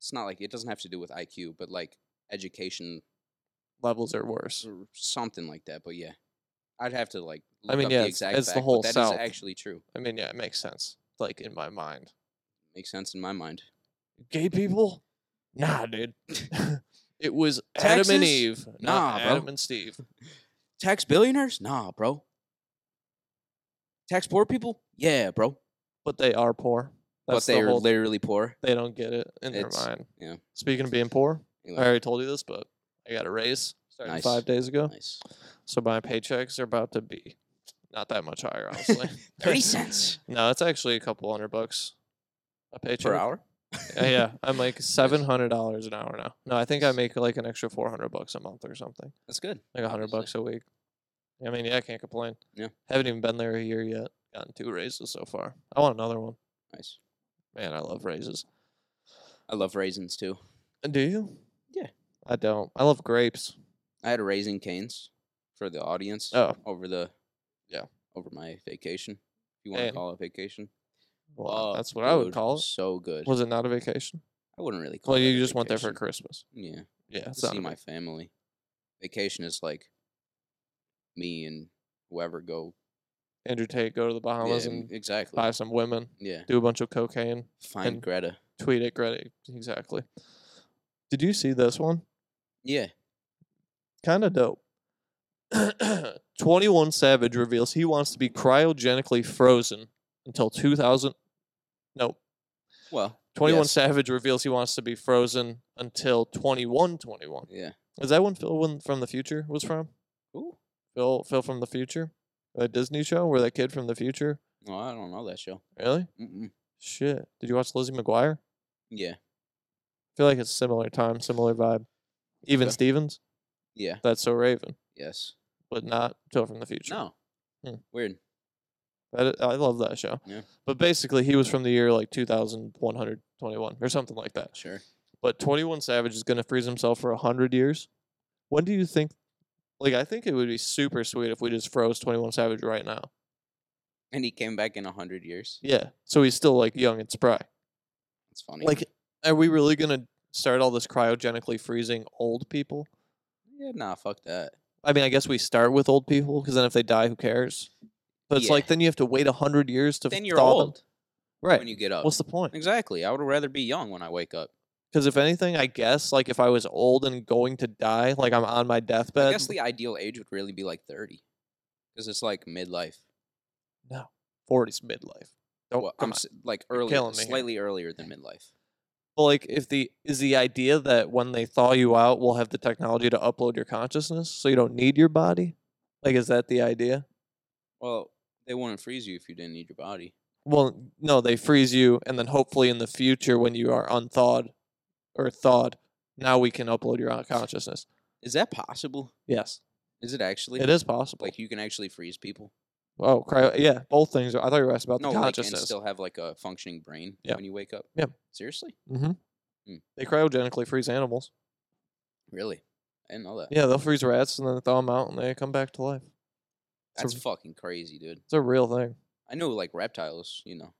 Speaker 2: it's not like it doesn't have to do with IQ, but like education
Speaker 1: levels are worse.
Speaker 2: or something like that. But yeah, I'd have to like.
Speaker 1: I
Speaker 2: look
Speaker 1: mean,
Speaker 2: up
Speaker 1: yeah,
Speaker 2: the
Speaker 1: it's-
Speaker 2: exact
Speaker 1: it's the
Speaker 2: fact, but
Speaker 1: whole
Speaker 2: that is
Speaker 1: South.
Speaker 2: actually true.
Speaker 1: I mean, yeah, it makes sense. Like, in my mind.
Speaker 2: Makes sense in my mind.
Speaker 1: Gay people? Nah, dude. it was Adam and
Speaker 2: Texas?
Speaker 1: Eve,
Speaker 2: Nah,
Speaker 1: not
Speaker 2: bro.
Speaker 1: Adam and Steve.
Speaker 2: Tax billionaires? Nah, bro. Tax poor people? Yeah, bro.
Speaker 1: But they are poor. That's
Speaker 2: but
Speaker 1: the
Speaker 2: they are
Speaker 1: whole-
Speaker 2: literally poor.
Speaker 1: they don't get it in their
Speaker 2: It's-
Speaker 1: mind.
Speaker 2: yeah.
Speaker 1: Speaking of being poor,
Speaker 2: Anyway,
Speaker 1: I already told you this, but I got a raise starting
Speaker 2: Nice.
Speaker 1: five days ago.
Speaker 2: nice.
Speaker 1: So my paychecks are about to be not that much higher, honestly.
Speaker 2: Thirty cents
Speaker 1: No, it's actually a couple hundred bucks a paycheck.
Speaker 2: per hour.
Speaker 1: Yeah, yeah, I make seven hundred dollars an hour now. No, I think I make like an extra four hundred bucks a month or something,
Speaker 2: That's good.
Speaker 1: like a hundred
Speaker 2: Obviously.
Speaker 1: bucks a week. I mean, yeah, I can't complain.
Speaker 2: Yeah.
Speaker 1: haven't even been there a year yet. Gotten two raises so far. I want another one.
Speaker 2: Nice.
Speaker 1: Man, I love raises.
Speaker 2: I love raisins too.
Speaker 1: Uh, Do you?
Speaker 2: Yeah.
Speaker 1: I don't. I love grapes.
Speaker 2: I had a raising canes for the audience
Speaker 1: Oh.
Speaker 2: over the
Speaker 1: Yeah.
Speaker 2: over my vacation. If you want to
Speaker 1: And-
Speaker 2: call it vacation.
Speaker 1: Well,
Speaker 2: Oh,
Speaker 1: that's what I would
Speaker 2: dude,
Speaker 1: call it.
Speaker 2: So good.
Speaker 1: Was it not a vacation?
Speaker 2: I wouldn't really call
Speaker 1: Well,
Speaker 2: it
Speaker 1: you
Speaker 2: a
Speaker 1: just went there for
Speaker 2: vacation.
Speaker 1: Christmas.
Speaker 2: Yeah.
Speaker 1: Yeah,
Speaker 2: to
Speaker 1: it's not
Speaker 2: see
Speaker 1: a
Speaker 2: my
Speaker 1: vac-
Speaker 2: family. Vacation is like me and whoever go.
Speaker 1: Andrew Tate go to the
Speaker 2: Yeah,
Speaker 1: Bahamas
Speaker 2: m-
Speaker 1: and
Speaker 2: exactly.
Speaker 1: buy some women,
Speaker 2: Yeah.
Speaker 1: do a bunch of cocaine,
Speaker 2: Find
Speaker 1: and-
Speaker 2: Greta.
Speaker 1: tweet at Greta. Exactly. Did you see this one?
Speaker 2: Yeah.
Speaker 1: Kind of dope. 21 Savage reveals he wants to be cryogenically frozen until 2000. No,
Speaker 2: Well,
Speaker 1: 21
Speaker 2: Yes.
Speaker 1: Savage reveals he wants to be frozen until 2121.
Speaker 2: Yeah.
Speaker 1: Is that when Phil when from the future was from?
Speaker 2: Ooh.
Speaker 1: Phil Phil from the future? That Disney show where that kid from the future?
Speaker 2: No, I don't know that show.
Speaker 1: Really?
Speaker 2: Mm-mm.
Speaker 1: Shit. Did you watch Lizzie McGuire?
Speaker 2: Yeah.
Speaker 1: I feel like it's similar time, similar vibe. Even
Speaker 2: Okay.
Speaker 1: Stevens,
Speaker 2: Yeah.
Speaker 1: that's so Raven,
Speaker 2: Yes.
Speaker 1: but not Phil from the future.
Speaker 2: No.
Speaker 1: Hmm.
Speaker 2: Weird.
Speaker 1: That, I love that show.
Speaker 2: Yeah.
Speaker 1: But basically, he was from the year like 2121 or something like that.
Speaker 2: Sure.
Speaker 1: But 21 Savage is going to freeze himself for 100 years. When do you think? Like, I think it would be super sweet if we just froze 21 Savage right now.
Speaker 2: And he came back in a hundred years.
Speaker 1: Yeah. So he's still like young and spry.
Speaker 2: It's funny.
Speaker 1: Like, are we really going to start all this cryogenically freezing old people?
Speaker 2: yeah, nah, fuck that.
Speaker 1: I mean, I guess we start with old people because then if they die, who cares? But it's
Speaker 2: Yeah.
Speaker 1: like then you have to wait 100 years to
Speaker 2: Then you're
Speaker 1: thaw them.
Speaker 2: old
Speaker 1: Right.
Speaker 2: when you get up.
Speaker 1: What's the point?
Speaker 2: exactly. I would rather be young when I wake up.
Speaker 1: Because if anything, I guess like if I was old and going to die, like I'm on my
Speaker 2: I
Speaker 1: deathbed,
Speaker 2: guess the ideal age would really be like thirty, because it's like midlife.
Speaker 1: 40s midlife. Don't
Speaker 2: Well,
Speaker 1: Oh, come on.
Speaker 2: Oh, I'm s- like earlier,
Speaker 1: killing me here.
Speaker 2: slightly earlier than midlife.
Speaker 1: But, like if the is the idea that when they thaw you out, we'll have the technology to upload your consciousness, so you don't need your body. Like, is that the idea?
Speaker 2: Well, they wouldn't freeze you if you didn't need your body.
Speaker 1: Well, no, they freeze you, and then hopefully in the future, when you are unthawed or thawed, now we can upload your own consciousness.
Speaker 2: Is that possible?
Speaker 1: Yes,
Speaker 2: Is it actually?
Speaker 1: it is possible.
Speaker 2: Like you can actually freeze people.
Speaker 1: oh, cryo, yeah, both things. Are, I thought you were asking about
Speaker 2: no,
Speaker 1: the
Speaker 2: like, and
Speaker 1: consciousness.
Speaker 2: still have like a functioning brain
Speaker 1: Yeah.
Speaker 2: when you wake up.
Speaker 1: Yeah.
Speaker 2: Seriously?
Speaker 1: Mm-hmm.
Speaker 2: Hmm.
Speaker 1: they cryogenically freeze animals.
Speaker 2: Really? I didn't know that.
Speaker 1: Yeah, they'll freeze rats and then throw them out and they come back to life. It's
Speaker 2: That's
Speaker 1: a,
Speaker 2: fucking crazy, dude.
Speaker 1: it's a real thing.
Speaker 2: I know like reptiles, you know.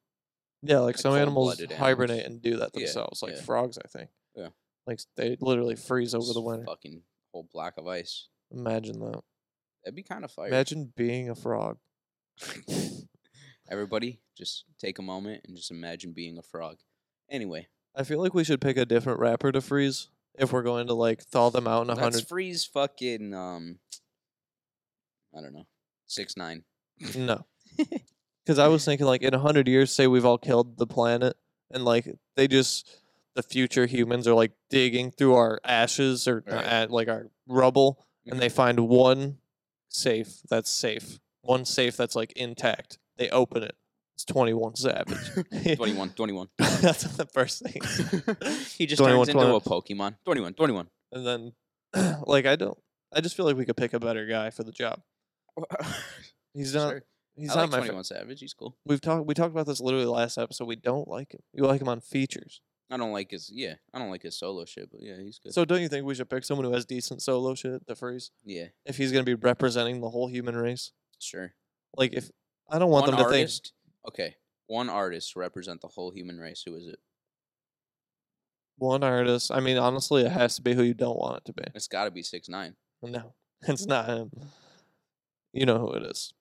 Speaker 1: Yeah, like
Speaker 2: Like
Speaker 1: some animals
Speaker 2: cold-blooded
Speaker 1: hibernate
Speaker 2: animals.
Speaker 1: and do that
Speaker 2: Yeah,
Speaker 1: themselves, like
Speaker 2: yeah.
Speaker 1: frogs, I think.
Speaker 2: Yeah.
Speaker 1: Like s- they literally freeze over
Speaker 2: just
Speaker 1: the winter.
Speaker 2: Fucking whole block of ice.
Speaker 1: Imagine that.
Speaker 2: That'd be kind of fire.
Speaker 1: Imagine being a frog.
Speaker 2: Everybody, just take a moment and just imagine being a frog. Anyway,
Speaker 1: I feel like we should pick a different rapper to freeze if we're going to like thaw them out in a
Speaker 2: let's
Speaker 1: hundred.
Speaker 2: freeze fucking um I don't know. Six nine.
Speaker 1: no. Because I was thinking, like, in a hundred years, say we've all killed the planet, and like they just the future humans are like digging through our ashes or not
Speaker 2: Right. Mm-hmm.
Speaker 1: a- like our rubble, and they find one safe that's safe, one safe that's like intact. They open it. It's twenty one savage.
Speaker 2: 21, 21.
Speaker 1: that's the first thing.
Speaker 2: he just
Speaker 1: 21,
Speaker 2: turns into a Pokemon. 21, 21.
Speaker 1: and then, like, I don't. I just feel like we could pick a better guy for the job. He's not.
Speaker 2: Sure.
Speaker 1: He's
Speaker 2: I
Speaker 1: not
Speaker 2: like
Speaker 1: my. fa-
Speaker 2: 21 Savage. He's cool.
Speaker 1: We've talked. We talked about this literally last episode. We don't like him. You like him on features.
Speaker 2: I don't like his yeah. I don't like his solo shit, but yeah, he's good.
Speaker 1: So don't you think we should pick someone who has decent solo shit to freeze?
Speaker 2: yeah,
Speaker 1: If he's gonna be representing the whole human race,
Speaker 2: sure.
Speaker 1: like if I don't want
Speaker 2: One
Speaker 1: them to
Speaker 2: artist. Okay, one artist represent the whole human race. Who is it?
Speaker 1: think one artist. I mean, honestly, it has to be who you don't want it to be.
Speaker 2: It's got to be six nine.
Speaker 1: No, it's not him. You know who it is.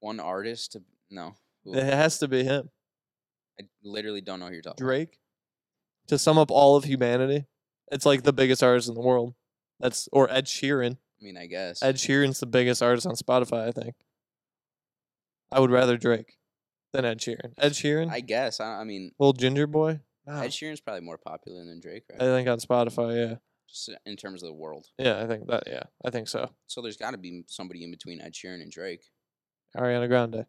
Speaker 2: One artist. To, no, who-
Speaker 1: It has to be him.
Speaker 2: I literally don't know who you're talking. about.
Speaker 1: Drake. To sum up all of humanity, it's like the biggest artist in the world. That's or Ed Sheeran.
Speaker 2: I mean, I guess.
Speaker 1: Ed Sheeran's the biggest artist on Spotify, I think. I would rather Drake than Ed Sheeran. Ed Sheeran,
Speaker 2: I guess. I, I mean,
Speaker 1: little ginger boy. Wow.
Speaker 2: Ed Sheeran's probably more popular than Drake,
Speaker 1: I
Speaker 2: right?
Speaker 1: think on Spotify,
Speaker 2: Just in terms of the world.
Speaker 1: yeah, yeah, I think that, yeah, I think so.
Speaker 2: So there's got to be somebody in between Ed Sheeran and Drake.
Speaker 1: Ariana Grande.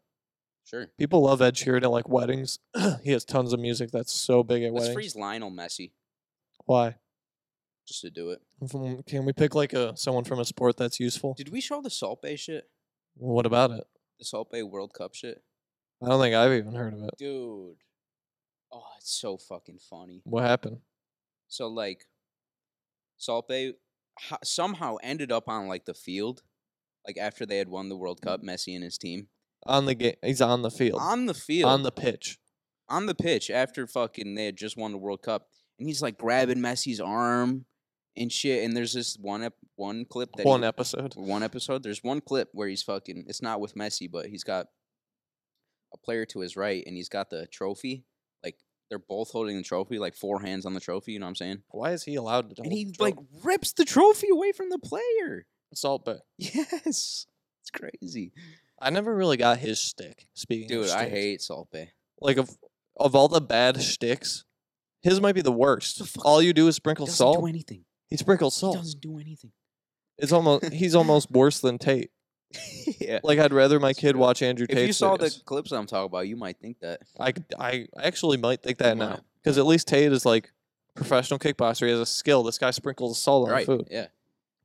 Speaker 2: Sure.
Speaker 1: People love Ed Sheeran at like weddings. he has tons of music that's so big at
Speaker 2: Let's
Speaker 1: weddings.
Speaker 2: freeze Lionel Messi
Speaker 1: Why?
Speaker 2: just to do it.
Speaker 1: From- Can we pick like a someone from a sport that's useful?
Speaker 2: Did we show the Salt Bay shit?
Speaker 1: What about it?
Speaker 2: The Salt Bay World Cup shit?
Speaker 1: I don't think I've even heard of it.
Speaker 2: dude. Oh, it's so fucking funny.
Speaker 1: What happened?
Speaker 2: So like, Salt Bay ho- somehow ended up on like the field, like after they had won the World Cup, Messi and his team
Speaker 1: On the game, he's on the field,
Speaker 2: on the field
Speaker 1: on the pitch.
Speaker 2: on the pitch after fucking they had just won the World Cup, and he's like grabbing Messi's arm and shit. And there's this one ep- one clip that
Speaker 1: One
Speaker 2: he-
Speaker 1: episode.
Speaker 2: one episode. There's one clip where he's fucking. It's not with Messi, but he's got a player to his right, and he's got the trophy. Like they're both holding the trophy, like four hands on the trophy. You know what I'm saying?
Speaker 1: Why is he allowed to?
Speaker 2: And
Speaker 1: hold
Speaker 2: he
Speaker 1: the
Speaker 2: like
Speaker 1: trophy?
Speaker 2: rips the trophy away from the player.
Speaker 1: Salt Bay.
Speaker 2: Yes, it's crazy,
Speaker 1: I never really got his shtick. Speaking, of
Speaker 2: dude. I
Speaker 1: shtick.
Speaker 2: hate Salpe.
Speaker 1: like of of all the bad shticks, His might be the worst. All you do is sprinkle
Speaker 2: doesn't
Speaker 1: salt.
Speaker 2: do anything.
Speaker 1: He sprinkles
Speaker 2: He
Speaker 1: salt.
Speaker 2: doesn't do anything.
Speaker 1: It's almost he's almost worse than Tate.
Speaker 2: yeah.
Speaker 1: Like I'd rather my kid watch Andrew Tate.
Speaker 2: if you saw the
Speaker 1: videos.
Speaker 2: clips I'm talking about, you might think that.
Speaker 1: I c- I actually might think that now
Speaker 2: might.
Speaker 1: because at least Tate is like professional kickboxer. He has a skill. This guy sprinkles salt on
Speaker 2: right.
Speaker 1: food,
Speaker 2: Yeah.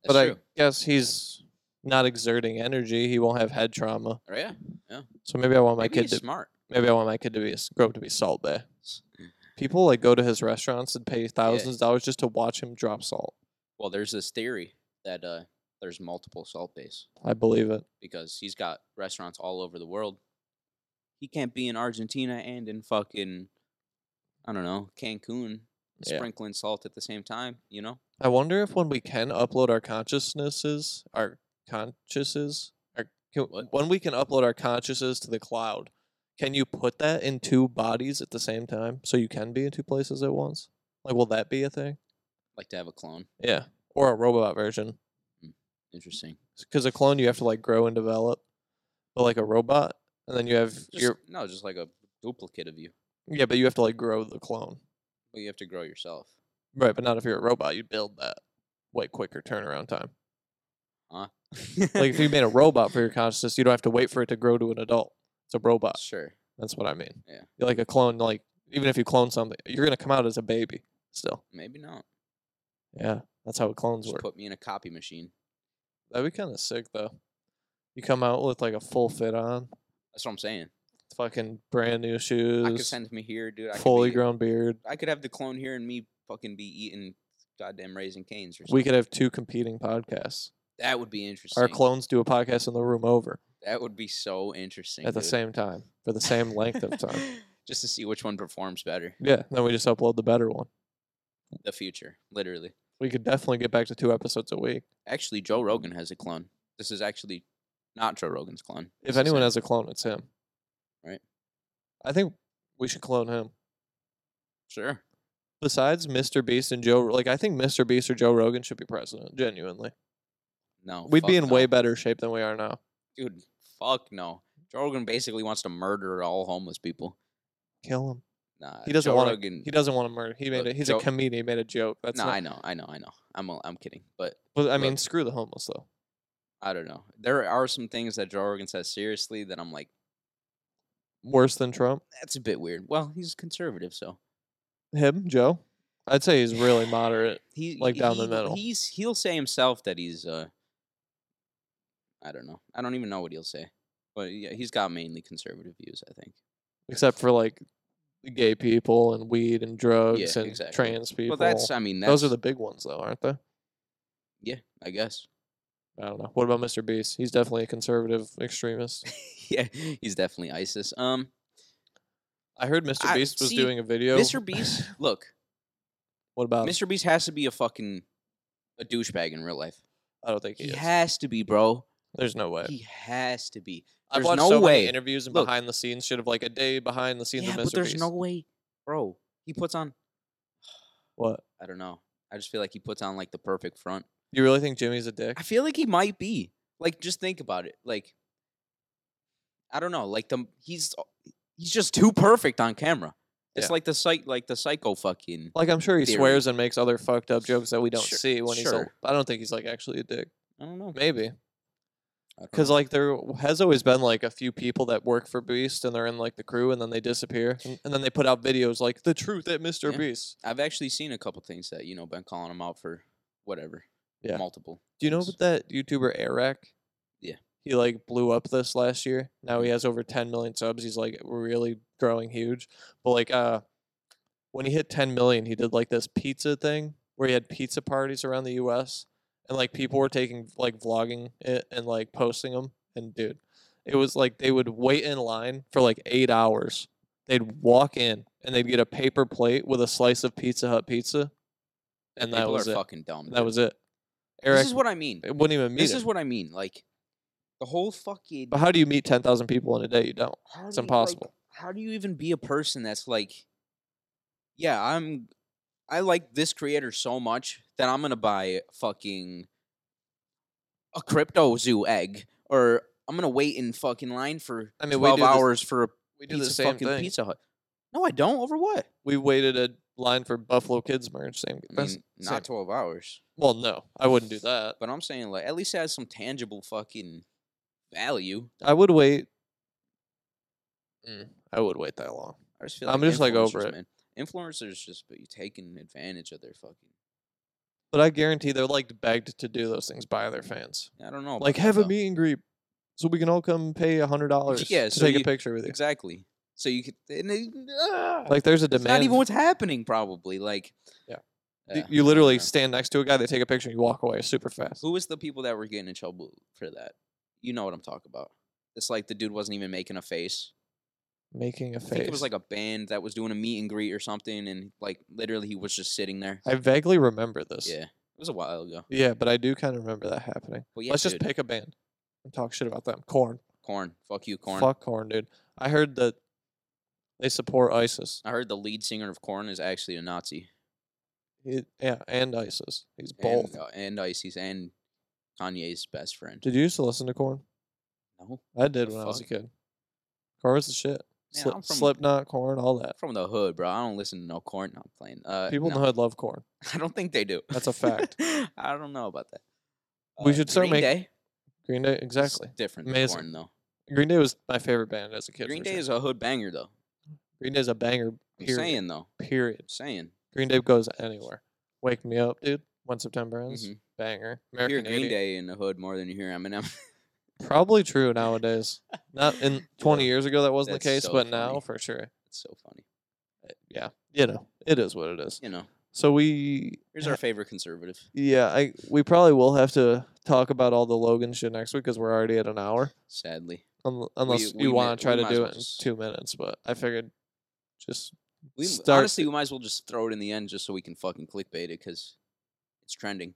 Speaker 2: That's
Speaker 1: but I
Speaker 2: true.
Speaker 1: guess he's not exerting energy. He won't have head trauma.
Speaker 2: Right, yeah.
Speaker 1: So maybe I want my
Speaker 2: Maybe
Speaker 1: kid
Speaker 2: he's
Speaker 1: to
Speaker 2: smart.
Speaker 1: maybe I want my kid to be a s- grow up to be salt bay. People like go to his restaurants and pay thousands of dollars just to watch him drop salt.
Speaker 2: Well, there's this theory that uh, there's multiple salt bays
Speaker 1: I believe it.
Speaker 2: because he's got restaurants all over the world. He can't be in Argentina and in fucking, I don't know, Cancun,
Speaker 1: Yeah.
Speaker 2: sprinkling salt at the same time. You know,
Speaker 1: I wonder if when we can upload our consciousnesses, our consciouses, our can, when we can upload our consciouses to the cloud, can you put that in two bodies at the same time so you can be in two places at once? Like, will that be a thing?
Speaker 2: like to have a clone.
Speaker 1: Yeah, or a robot version?
Speaker 2: Interesting.
Speaker 1: Because a clone you have to like grow and develop, but like a robot, and then you have
Speaker 2: Just,
Speaker 1: your
Speaker 2: no, just like a duplicate of you,
Speaker 1: yeah, but you have to like grow the clone,
Speaker 2: but you have to grow yourself.
Speaker 1: right? But not if you're a robot, you build that way quicker turnaround time.
Speaker 2: Huh?
Speaker 1: Like if you made a robot for your consciousness, you don't have to wait for it to grow to an adult. It's a robot.
Speaker 2: Sure.
Speaker 1: That's what I mean.
Speaker 2: Yeah.
Speaker 1: You're Like a clone, like even if you clone something, you're gonna come out as a baby still.
Speaker 2: Maybe not.
Speaker 1: Yeah. That's how clones
Speaker 2: Just
Speaker 1: work.
Speaker 2: put me in a copy machine.
Speaker 1: That'd be kinda sick though. You come out with like a full fit on,
Speaker 2: That's what I'm saying.
Speaker 1: fucking brand new
Speaker 2: I could
Speaker 1: shoes,
Speaker 2: send me here, dude. I could
Speaker 1: fully
Speaker 2: be-
Speaker 1: grown beard.
Speaker 2: I could have the clone here and me fucking be eating goddamn raisin canes or something.
Speaker 1: We could have two competing podcasts.
Speaker 2: That would be interesting.
Speaker 1: Our clones do a podcast in the room over
Speaker 2: That would be so interesting.
Speaker 1: at the
Speaker 2: dude.
Speaker 1: same time for the same length of time.
Speaker 2: Just to see which one performs better.
Speaker 1: Yeah. Then we just upload the better one.
Speaker 2: The future, literally.
Speaker 1: We could definitely get back to two episodes a week.
Speaker 2: Actually, Joe Rogan has a clone. This is actually not Joe Rogan's clone.
Speaker 1: If anyone has a clone, it's him.
Speaker 2: Right.
Speaker 1: I think we should clone him.
Speaker 2: sure.
Speaker 1: Besides Mr. Beast and Joe, like I think Mr. Beast or Joe Rogan should be president. Genuinely,
Speaker 2: No,
Speaker 1: we'd be
Speaker 2: Oh, fuck
Speaker 1: in
Speaker 2: no.
Speaker 1: way better shape than we are now.
Speaker 2: dude. Fuck no. Joe Rogan basically wants to murder all homeless people.
Speaker 1: Kill him.
Speaker 2: Nah,
Speaker 1: He doesn't
Speaker 2: Joe
Speaker 1: want to.
Speaker 2: Rogan.
Speaker 1: He doesn't want to murder. He made. A,
Speaker 2: Look,
Speaker 1: he's
Speaker 2: Joe-
Speaker 1: a comedian. He made a joke. That's
Speaker 2: no,
Speaker 1: not.
Speaker 2: I know, I know, I know. I'm, i I'm kidding, but
Speaker 1: But I
Speaker 2: look.
Speaker 1: mean, screw the homeless though.
Speaker 2: I don't know. There are some things that Joe Rogan says seriously that I'm like,
Speaker 1: Worse than Trump.
Speaker 2: that's a bit weird. Well, he's conservative, so
Speaker 1: Him, Joe. I'd say he's really moderate.
Speaker 2: he
Speaker 1: Like down the
Speaker 2: he-
Speaker 1: middle.
Speaker 2: He's he'll say himself that he's uh, I don't know. I don't even know what he'll say, but yeah, he's got mainly conservative views. I think.
Speaker 1: except for like gay people and weed and drugs
Speaker 2: Yeah,
Speaker 1: and
Speaker 2: exactly.
Speaker 1: trans people.
Speaker 2: But that's I mean that's,
Speaker 1: those are the big ones though, aren't they?
Speaker 2: yeah I guess
Speaker 1: I don't know. What about Mr. Beast? He's definitely a conservative extremist.
Speaker 2: yeah he's definitely ISIS. Um,
Speaker 1: I heard Mr.
Speaker 2: I-
Speaker 1: Beast was
Speaker 2: see,
Speaker 1: doing a video.
Speaker 2: Mr. Beast, look,
Speaker 1: What about him?
Speaker 2: Mr. Beast has to be a fucking a douchebag in real life.
Speaker 1: I don't think he,
Speaker 2: He
Speaker 1: is.
Speaker 2: has to be, bro.
Speaker 1: There's no way.
Speaker 2: He has to be.
Speaker 1: I've
Speaker 2: there's
Speaker 1: watched
Speaker 2: no
Speaker 1: so
Speaker 2: way.
Speaker 1: many interviews and
Speaker 2: Look.
Speaker 1: behind the scenes shit of like a day behind the scenes
Speaker 2: Yeah,
Speaker 1: of Mr.
Speaker 2: but there's
Speaker 1: Beast.
Speaker 2: no way, bro. He puts on.
Speaker 1: What?
Speaker 2: I don't know. I just feel like he puts on like the perfect front.
Speaker 1: You really think Jimmy's a dick?
Speaker 2: I feel like he might be. Like, just think about it. Like, I don't know. Like the he's uh, he's just too perfect on camera. It's
Speaker 1: Yeah.
Speaker 2: like the psych, like the psycho fucking.
Speaker 1: Like I'm sure he
Speaker 2: Theory.
Speaker 1: swears and makes other fucked up jokes that we don't
Speaker 2: Sure-
Speaker 1: see when he's old.
Speaker 2: sure. Uh-huh.
Speaker 1: I don't think he's like actually a dick.
Speaker 2: I don't know.
Speaker 1: Maybe
Speaker 2: I don't
Speaker 1: because
Speaker 2: know.
Speaker 1: like there has always been like a few people that work for Beast and they're in like the crew and then they disappear and, and then they put out videos like the truth at Mr.
Speaker 2: Yeah.
Speaker 1: Beast.
Speaker 2: I've actually seen a couple things that you know been calling him out for whatever.
Speaker 1: Yeah.
Speaker 2: Multiple.
Speaker 1: Do you know
Speaker 2: things.
Speaker 1: about that YouTuber Eric?
Speaker 2: Yeah. Mm-hmm.
Speaker 1: He like blew up this last year. Now he has over 10 million subs. He's like really growing huge. But like uh when he hit 10 million, he did like this pizza thing where he had pizza parties around the US and like people were taking like vlogging it and like posting them and dude, it was like they would wait in line for like 8 hours. They'd walk in and they'd get a paper plate with a slice of Pizza Hut pizza and that
Speaker 2: People
Speaker 1: was
Speaker 2: are
Speaker 1: it.
Speaker 2: fucking dumb.
Speaker 1: That
Speaker 2: dude.
Speaker 1: was it. Eric
Speaker 2: This is what I mean.
Speaker 1: it wouldn't even meet.
Speaker 2: This
Speaker 1: him.
Speaker 2: is what I mean. Like the whole fucking.
Speaker 1: But how do you meet ten thousand people in a day? You don't.
Speaker 2: how
Speaker 1: It's
Speaker 2: do you, like,
Speaker 1: impossible.
Speaker 2: how do you even be a person that's like, yeah, I'm, I like this creator so much that I'm gonna buy fucking a crypto zoo egg, or I'm gonna wait in fucking line for
Speaker 1: I mean, we
Speaker 2: twelve
Speaker 1: do this-
Speaker 2: hours for a
Speaker 1: We
Speaker 2: pizza fucking Pizza Hut. No, I don't. Over what?
Speaker 1: We waited a line for Buffalo Kids merch. Same.
Speaker 2: I
Speaker 1: that's
Speaker 2: mean, not
Speaker 1: same-
Speaker 2: 12 hours.
Speaker 1: Well, no, I wouldn't do that.
Speaker 2: But I'm saying, like, at least it has some tangible fucking value.
Speaker 1: I would wait. Mm, I would wait that long.
Speaker 2: I just feel
Speaker 1: I'm just, like, over
Speaker 2: influencers,
Speaker 1: it.
Speaker 2: Man. Influencers just be taking advantage of their fucking.
Speaker 1: But I guarantee they're like begged to do those things by their fans.
Speaker 2: I don't know. about
Speaker 1: Like
Speaker 2: that,
Speaker 1: have a
Speaker 2: though.
Speaker 1: meet and greet, so we can all come pay a hundred dollars
Speaker 2: Yeah,
Speaker 1: to
Speaker 2: so
Speaker 1: take a
Speaker 2: you-
Speaker 1: picture with you.
Speaker 2: Exactly. So you could. And they, ah,
Speaker 1: Like there's a
Speaker 2: it's
Speaker 1: demand.
Speaker 2: not even what's happening, probably. Like,
Speaker 1: Yeah.
Speaker 2: uh,
Speaker 1: you literally
Speaker 2: yeah.
Speaker 1: stand next to a guy, they take a picture, you walk away super fast.
Speaker 2: Who was the people that were getting in trouble for that? You know what I'm talking about. It's like the dude wasn't even making a face.
Speaker 1: Making a face.
Speaker 2: I think it was like a band that was doing a meet and greet or something, and like literally he was just sitting there.
Speaker 1: I vaguely remember this.
Speaker 2: Yeah, it was a while ago.
Speaker 1: Yeah, but I do kind of remember that happening.
Speaker 2: Well, yeah,
Speaker 1: Let's just
Speaker 2: dude.
Speaker 1: pick a band and talk shit about them. Corn.
Speaker 2: corn. Fuck you, corn.
Speaker 1: Fuck corn, dude. I heard that they support ISIS.
Speaker 2: I heard the lead singer of Corn is actually a Nazi.
Speaker 1: It, yeah, and ISIS. He's
Speaker 2: and,
Speaker 1: both.
Speaker 2: uh, and ISIS and Kanye's best friend.
Speaker 1: Did you used to listen to corn?
Speaker 2: No,
Speaker 1: I did
Speaker 2: The
Speaker 1: when I was a
Speaker 2: fuck?
Speaker 1: kid. Corn was the shit.
Speaker 2: Man,
Speaker 1: Slip,
Speaker 2: I'm from-
Speaker 1: Slipknot, corn, all that.
Speaker 2: from the hood, bro. I don't listen to no Corn. Not playing. Uh,
Speaker 1: People in
Speaker 2: no.
Speaker 1: the hood love corn.
Speaker 2: I don't think they do.
Speaker 1: That's a fact.
Speaker 2: I don't know about that. Uh,
Speaker 1: We should start
Speaker 2: Green
Speaker 1: making-
Speaker 2: Day?
Speaker 1: Green Day,
Speaker 2: It's
Speaker 1: exactly.
Speaker 2: different. Than
Speaker 1: Amazing.
Speaker 2: Korn, though.
Speaker 1: Green Day was my favorite band as a kid.
Speaker 2: Green
Speaker 1: for
Speaker 2: Day
Speaker 1: sure.
Speaker 2: is a hood banger though.
Speaker 1: Green Day's a banger.
Speaker 2: I'm
Speaker 1: Period.
Speaker 2: saying though.
Speaker 1: Period.
Speaker 2: I'm saying.
Speaker 1: Green Day goes anywhere. Wake me up, dude. When September ends,
Speaker 2: Mhm.
Speaker 1: banger.
Speaker 2: You hear
Speaker 1: American
Speaker 2: Green
Speaker 1: Idiot.
Speaker 2: Day in the hood more than you hear Eminem.
Speaker 1: Probably true nowadays. Not in 20 years ago that wasn't the
Speaker 2: That's
Speaker 1: case,
Speaker 2: so
Speaker 1: but now
Speaker 2: funny.
Speaker 1: for sure.
Speaker 2: it's so funny.
Speaker 1: Yeah, you know, it is what it is.
Speaker 2: You know,
Speaker 1: So we
Speaker 2: here's our favorite conservative.
Speaker 1: yeah, I we probably will have to talk about all the Logan shit next week because we're already at an hour,
Speaker 2: Sadly,
Speaker 1: un- unless
Speaker 2: we
Speaker 1: you
Speaker 2: mi-
Speaker 1: want to try
Speaker 2: we
Speaker 1: to
Speaker 2: might as
Speaker 1: do
Speaker 2: well
Speaker 1: it in
Speaker 2: just-
Speaker 1: two minutes. But I figured just
Speaker 2: we m-
Speaker 1: Start
Speaker 2: honestly we might as well just throw it in the end just so we can fucking clickbait it because it's trending.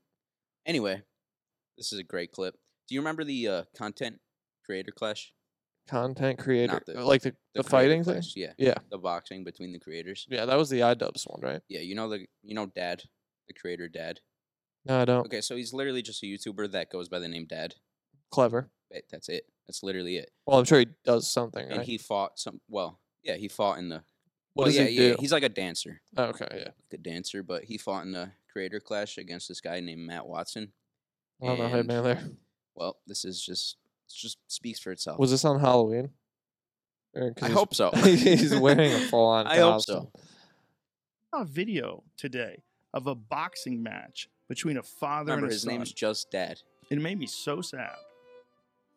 Speaker 2: Anyway, this is a great clip. Do you remember the uh, content creator clash?
Speaker 1: content creator
Speaker 2: the-
Speaker 1: uh, like the, the,
Speaker 2: creator
Speaker 1: fighting thing.
Speaker 2: clash, Yeah,
Speaker 1: Yeah,
Speaker 2: the boxing between the creators.
Speaker 1: yeah, that was the iDubbbz one, right?
Speaker 2: Yeah, you know the you know Dad, the creator Dad.
Speaker 1: No, I don't.
Speaker 2: Okay, so he's literally just a YouTuber that goes by the name Dad.
Speaker 1: Clever.
Speaker 2: Ba- That's it. That's literally it.
Speaker 1: Well, I'm sure he does something.
Speaker 2: And
Speaker 1: Right?
Speaker 2: he fought some. Well, yeah, he fought in the.
Speaker 1: what
Speaker 2: well,
Speaker 1: does
Speaker 2: yeah,
Speaker 1: he
Speaker 2: yeah,
Speaker 1: do?
Speaker 2: He's like a dancer,
Speaker 1: Oh, okay,
Speaker 2: like a dancer, but he fought in a creator clash against this guy named Matt Watson.
Speaker 1: yeah. I don't know him
Speaker 2: And,
Speaker 1: either.
Speaker 2: Well, this is just it's just speaks for itself.
Speaker 1: Was this on Halloween? Or- 'cause
Speaker 2: I
Speaker 1: he's-
Speaker 2: hope so.
Speaker 1: he's wearing a full-on
Speaker 2: I hope
Speaker 1: costume.
Speaker 2: so.
Speaker 12: a video today of a boxing match between a father
Speaker 2: Remember,
Speaker 12: and a
Speaker 2: his
Speaker 12: son.
Speaker 2: name's just Dad.
Speaker 12: it made me so sad.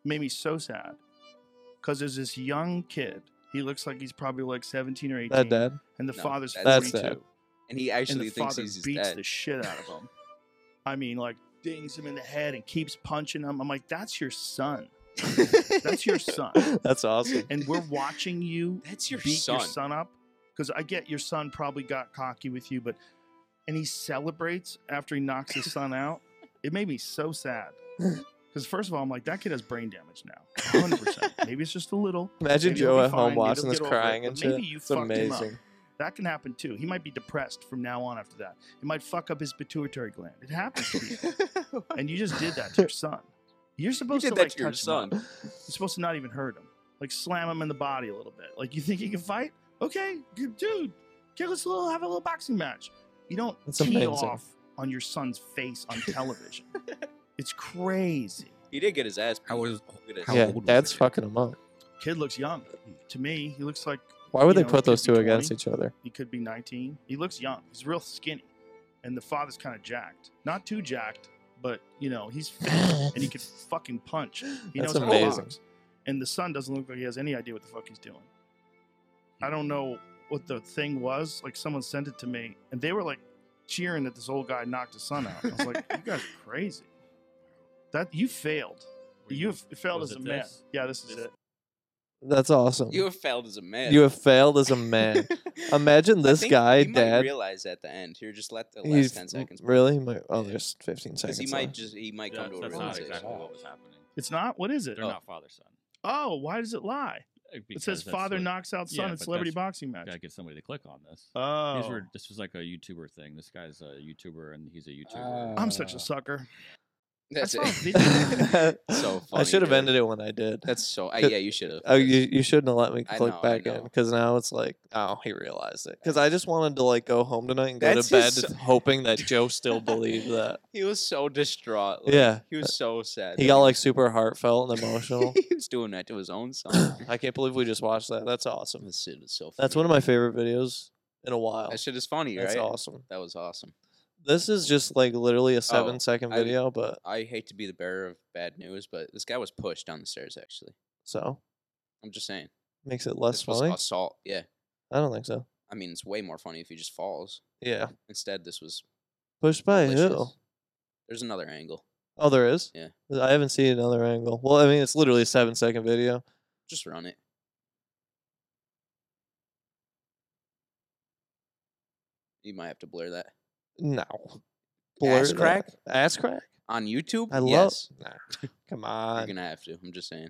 Speaker 12: Made me so sad. Cause there's this young kid. He looks like he's probably like 17 or 18.
Speaker 1: That dad?
Speaker 12: And the
Speaker 2: No,
Speaker 12: father's
Speaker 1: that's- That's
Speaker 12: 42.
Speaker 1: sad.
Speaker 2: And he
Speaker 12: And
Speaker 2: actually
Speaker 12: the
Speaker 2: thinks
Speaker 12: father
Speaker 2: he's his
Speaker 12: beats
Speaker 2: dad.
Speaker 12: the shit out of him. I mean, like dings him in the head and keeps punching him. I'm like, that's your son. That's your son.
Speaker 1: That's awesome.
Speaker 12: And we're watching you
Speaker 2: That's your
Speaker 12: beat
Speaker 2: son.
Speaker 12: your son up because I get your son probably got cocky with you, but and he celebrates after he knocks his son out. It made me so sad because first of all, I'm like that kid has brain damage now, 100. percent Maybe it's just a little.
Speaker 1: Imagine
Speaker 12: Maybe he'll
Speaker 1: Joe
Speaker 12: be
Speaker 1: at
Speaker 12: fine,
Speaker 1: home
Speaker 12: maybe
Speaker 1: watching
Speaker 12: he'll
Speaker 1: this
Speaker 12: get over it,
Speaker 1: crying
Speaker 12: but
Speaker 1: and
Speaker 12: maybe
Speaker 1: shit.
Speaker 12: you
Speaker 1: it's
Speaker 12: fucked him up.
Speaker 1: amazing.
Speaker 12: That can happen too. He might be depressed from now on after that. It might fuck up his pituitary gland. It happens to people, and you just did that to your son. You're
Speaker 2: You
Speaker 12: supposed
Speaker 2: did
Speaker 12: to
Speaker 2: that
Speaker 12: like
Speaker 2: to your
Speaker 12: touch him up.
Speaker 2: son.
Speaker 12: You're supposed to not even hurt him. Like slam him in the body a little bit. Like you think he can fight? Okay, good dude. Okay, let's little have a little boxing match. You don't
Speaker 1: That's
Speaker 12: tee
Speaker 1: amazing.
Speaker 12: off on your son's face on television. it's crazy.
Speaker 2: He did get his ass.
Speaker 4: I
Speaker 2: beat.
Speaker 4: was.
Speaker 2: Look at his-
Speaker 4: How
Speaker 1: yeah,
Speaker 4: old was
Speaker 1: dad's
Speaker 4: the kid?
Speaker 1: fucking him up.
Speaker 12: Kid looks young to me. He looks like
Speaker 1: Why would they
Speaker 12: You know,
Speaker 1: put
Speaker 12: could
Speaker 1: those
Speaker 12: be
Speaker 1: two against
Speaker 12: 20.
Speaker 1: each other?
Speaker 12: he could be 19. He looks young. He's real skinny, and the father's kind of jacked. Not too jacked, but you know he's fit and he could fucking punch. He
Speaker 1: That's
Speaker 12: knows how to
Speaker 1: amazing.
Speaker 12: box. And the son doesn't look like he has any idea what the fuck he's doing. I
Speaker 13: Hmm.
Speaker 12: don't know what the thing was. Like someone sent it to me, and they were like cheering that this old guy knocked his son out. I was like, "You guys are crazy. That you failed. You have failed as
Speaker 13: was
Speaker 12: a
Speaker 13: it
Speaker 12: man."
Speaker 13: this?
Speaker 12: Yeah, this is
Speaker 13: This-
Speaker 12: it.
Speaker 1: That's awesome.
Speaker 2: You have failed as a man.
Speaker 1: You have failed as a man. Imagine this guy,
Speaker 2: You might
Speaker 1: dad.
Speaker 2: realize at the end. Here, just let the last
Speaker 1: He's
Speaker 2: ten seconds. play.
Speaker 1: really. He might- oh,
Speaker 2: Yeah.
Speaker 1: there's 15
Speaker 2: Because
Speaker 1: seconds.
Speaker 2: he might
Speaker 1: left.
Speaker 2: just he might
Speaker 13: Yeah,
Speaker 2: come to a
Speaker 13: that's not
Speaker 2: realization.
Speaker 13: exactly what was happening.
Speaker 12: It's not. What is it?
Speaker 13: They're
Speaker 2: Oh.
Speaker 13: not father son. Uh,
Speaker 12: Oh, why does it lie? It says father knocks out son
Speaker 13: yeah,
Speaker 12: in
Speaker 13: but
Speaker 12: celebrity
Speaker 13: that's-
Speaker 12: boxing match.
Speaker 13: Gotta get somebody to click on this.
Speaker 12: Oh,
Speaker 13: These were,
Speaker 3: Uh,
Speaker 12: Oh.
Speaker 13: this was like a YouTuber thing. This guy's a YouTuber and he's a YouTuber.
Speaker 12: I'm such a sucker.
Speaker 2: That's
Speaker 12: I saw a
Speaker 2: it. so funny.
Speaker 1: I should have
Speaker 2: dude.
Speaker 1: ended it when I did.
Speaker 2: That's so. Uh,
Speaker 1: Good.
Speaker 2: yeah, you should have.
Speaker 1: Oh, you, you shouldn't have let me
Speaker 2: I
Speaker 1: click
Speaker 2: know, I
Speaker 1: back in
Speaker 2: know.
Speaker 1: because now it's like, oh, he realized it. Because I just wanted to like go home tonight and go
Speaker 2: That's
Speaker 1: to bed,
Speaker 2: just so-
Speaker 1: hoping that Joe still believed that.
Speaker 2: He was so distraught. like,
Speaker 1: Yeah.
Speaker 2: He was so sad.
Speaker 1: He
Speaker 2: that
Speaker 1: got like super heartfelt and emotional.
Speaker 2: he was doing that to his own son.
Speaker 1: I can't believe we just watched that. That's awesome.
Speaker 2: This shit is so. Funny.
Speaker 1: That's one of my favorite videos in a while.
Speaker 2: That shit is funny,
Speaker 1: That's
Speaker 2: right?
Speaker 1: awesome.
Speaker 2: That was awesome.
Speaker 1: This is just like literally a
Speaker 2: Oh,
Speaker 1: seven second
Speaker 2: I-
Speaker 1: video, but
Speaker 2: I hate to be the bearer of bad news, but this guy was pushed down the stairs. Actually,
Speaker 1: so
Speaker 2: I'm just saying.
Speaker 1: makes it less
Speaker 2: This was
Speaker 1: funny.
Speaker 2: assault. Yeah.
Speaker 1: I don't think so.
Speaker 2: I mean, it's way more funny if he just falls.
Speaker 1: Yeah.
Speaker 2: Instead, this was.
Speaker 1: Pushed by who?
Speaker 2: malicious. There's another angle.
Speaker 1: Oh, there is.
Speaker 2: Yeah.
Speaker 1: I haven't seen another angle. Well, I mean, it's literally a seven second video.
Speaker 2: Just run it. You might have to blur that
Speaker 1: No.
Speaker 2: Ass
Speaker 1: that.
Speaker 2: crack?
Speaker 1: Ass crack.
Speaker 2: on YouTube.
Speaker 1: I love.
Speaker 2: yes,
Speaker 1: Nah, come
Speaker 2: you're
Speaker 1: on.
Speaker 2: gonna have to. I'm just saying.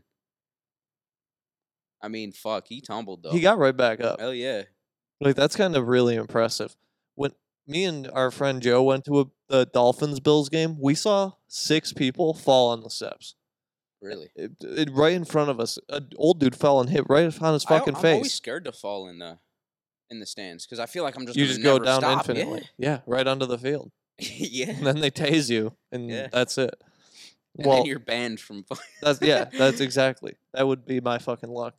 Speaker 2: I mean, fuck, he tumbled though.
Speaker 1: He got right back up.
Speaker 2: Hell yeah.
Speaker 1: Like that's kind of really impressive. When me and our friend Joe went to a the Dolphins Bills game, we saw six people fall on the steps.
Speaker 2: Really.
Speaker 1: It, it- right in front of us. An old dude fell and hit right on his
Speaker 2: I al-
Speaker 1: fucking
Speaker 2: I'm always
Speaker 1: face.
Speaker 2: scared to fall in the in the stands because I feel like I'm just
Speaker 1: You
Speaker 2: gonna
Speaker 1: just go
Speaker 2: never
Speaker 1: down
Speaker 2: stop,
Speaker 1: infinitely. Yeah. right onto the field.
Speaker 2: Yeah, yeah.
Speaker 1: And then they tase you and
Speaker 2: Yeah.
Speaker 1: that's it.
Speaker 2: And
Speaker 1: well,
Speaker 2: then you're banned from. fu-
Speaker 1: That's yeah, that's exactly. That would be my fucking luck.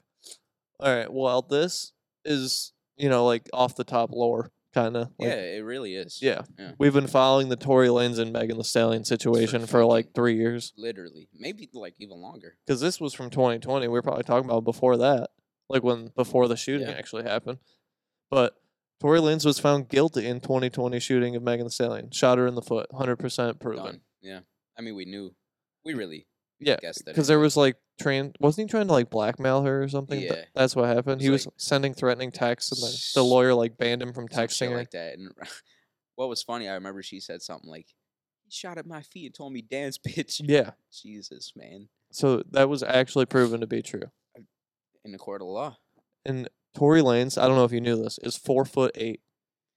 Speaker 1: All right. Well, this is, you know, like off the top lore kind of.
Speaker 2: yeah,
Speaker 1: Like,
Speaker 2: it really is.
Speaker 1: Yeah.
Speaker 2: yeah.
Speaker 1: We've been following the Tory Lanez and Megan the Stallion situation for, like
Speaker 2: fucking-
Speaker 1: 3 years
Speaker 2: Literally, maybe like even longer.
Speaker 1: cuz this was from 2020. We were probably talking about before that, like when before the shooting
Speaker 2: Yeah.
Speaker 1: actually happened. But Tory Lanez was found guilty in 2020 shooting of Megan the Stallion. Shot her in the foot, 100% proven.
Speaker 2: Done. Yeah, I mean, we knew, we really
Speaker 1: Yeah,
Speaker 2: guessed that.
Speaker 1: because there was like tran wasn't he trying to like blackmail her or something? Th-
Speaker 2: Yeah.
Speaker 1: that's what happened.
Speaker 2: was,
Speaker 1: He was
Speaker 2: like,
Speaker 1: sending threatening texts, and the, the
Speaker 2: s-
Speaker 1: lawyer like banned him from
Speaker 2: some
Speaker 1: texting
Speaker 2: shit
Speaker 1: her.
Speaker 2: like that. And what was funny, I remember she said something like, "He shot at my feet and told me dance, bitch."
Speaker 1: yeah,
Speaker 2: Jesus, man,
Speaker 1: so that was actually proven to be true.
Speaker 2: in the court of law.
Speaker 1: And Tory Lanez, I don't know if you knew this, is four foot eight.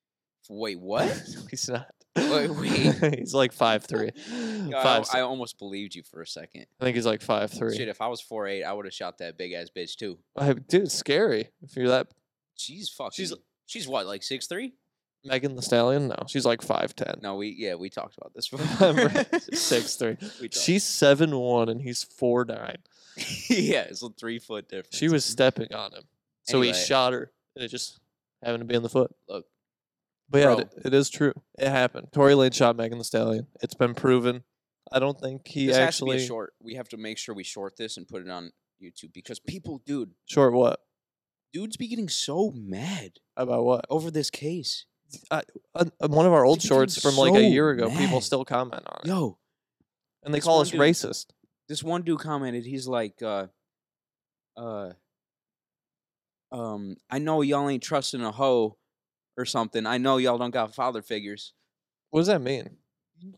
Speaker 2: Wait, what?
Speaker 1: He's not.
Speaker 2: Wait, wait.
Speaker 1: he's like five three.
Speaker 2: God, I,
Speaker 1: five.
Speaker 2: al-
Speaker 1: si-
Speaker 2: I
Speaker 1: I,
Speaker 2: almost believed you for a second.
Speaker 1: think he's like five three.
Speaker 2: Shit, if I was four eight, I would have shot that big ass bitch too.
Speaker 1: I, dude, it's scary. If you're that
Speaker 2: She's fucking. She's she's what like six three?
Speaker 1: Megan the Stallion, no, she's like five ten.
Speaker 2: No, we yeah we talked about this before.
Speaker 1: Remember? Six three.
Speaker 2: We talked.
Speaker 1: She's seven one and he's four nine.
Speaker 2: yeah, it's a three foot difference.
Speaker 1: She was stepping on him, so he
Speaker 2: Anyway.
Speaker 1: shot her, and it just happened to be in the foot.
Speaker 2: Look,
Speaker 1: But yeah,
Speaker 2: bro.
Speaker 1: it, it is true. It happened. Tory Lane shot Megan the Stallion. It's been proven. I don't think he
Speaker 2: this
Speaker 1: actually
Speaker 2: has to be a short. We have to make sure we short this and put it on YouTube because people, dude,
Speaker 1: short what
Speaker 2: dudes be getting so mad
Speaker 1: about what?
Speaker 2: over this case.
Speaker 1: Uh, uh, one of our old
Speaker 2: They became
Speaker 1: shorts from like a
Speaker 2: so
Speaker 1: year ago. People
Speaker 2: mad.
Speaker 1: still comment on it,
Speaker 2: Yo,
Speaker 1: and they
Speaker 2: this
Speaker 1: call
Speaker 2: one
Speaker 1: us
Speaker 2: dude-
Speaker 1: racist.
Speaker 2: this one dude commented. He's like, uh, uh, um, I know y'all ain't trusting a hoe or something. I know y'all don't got father figures.
Speaker 1: What does that mean?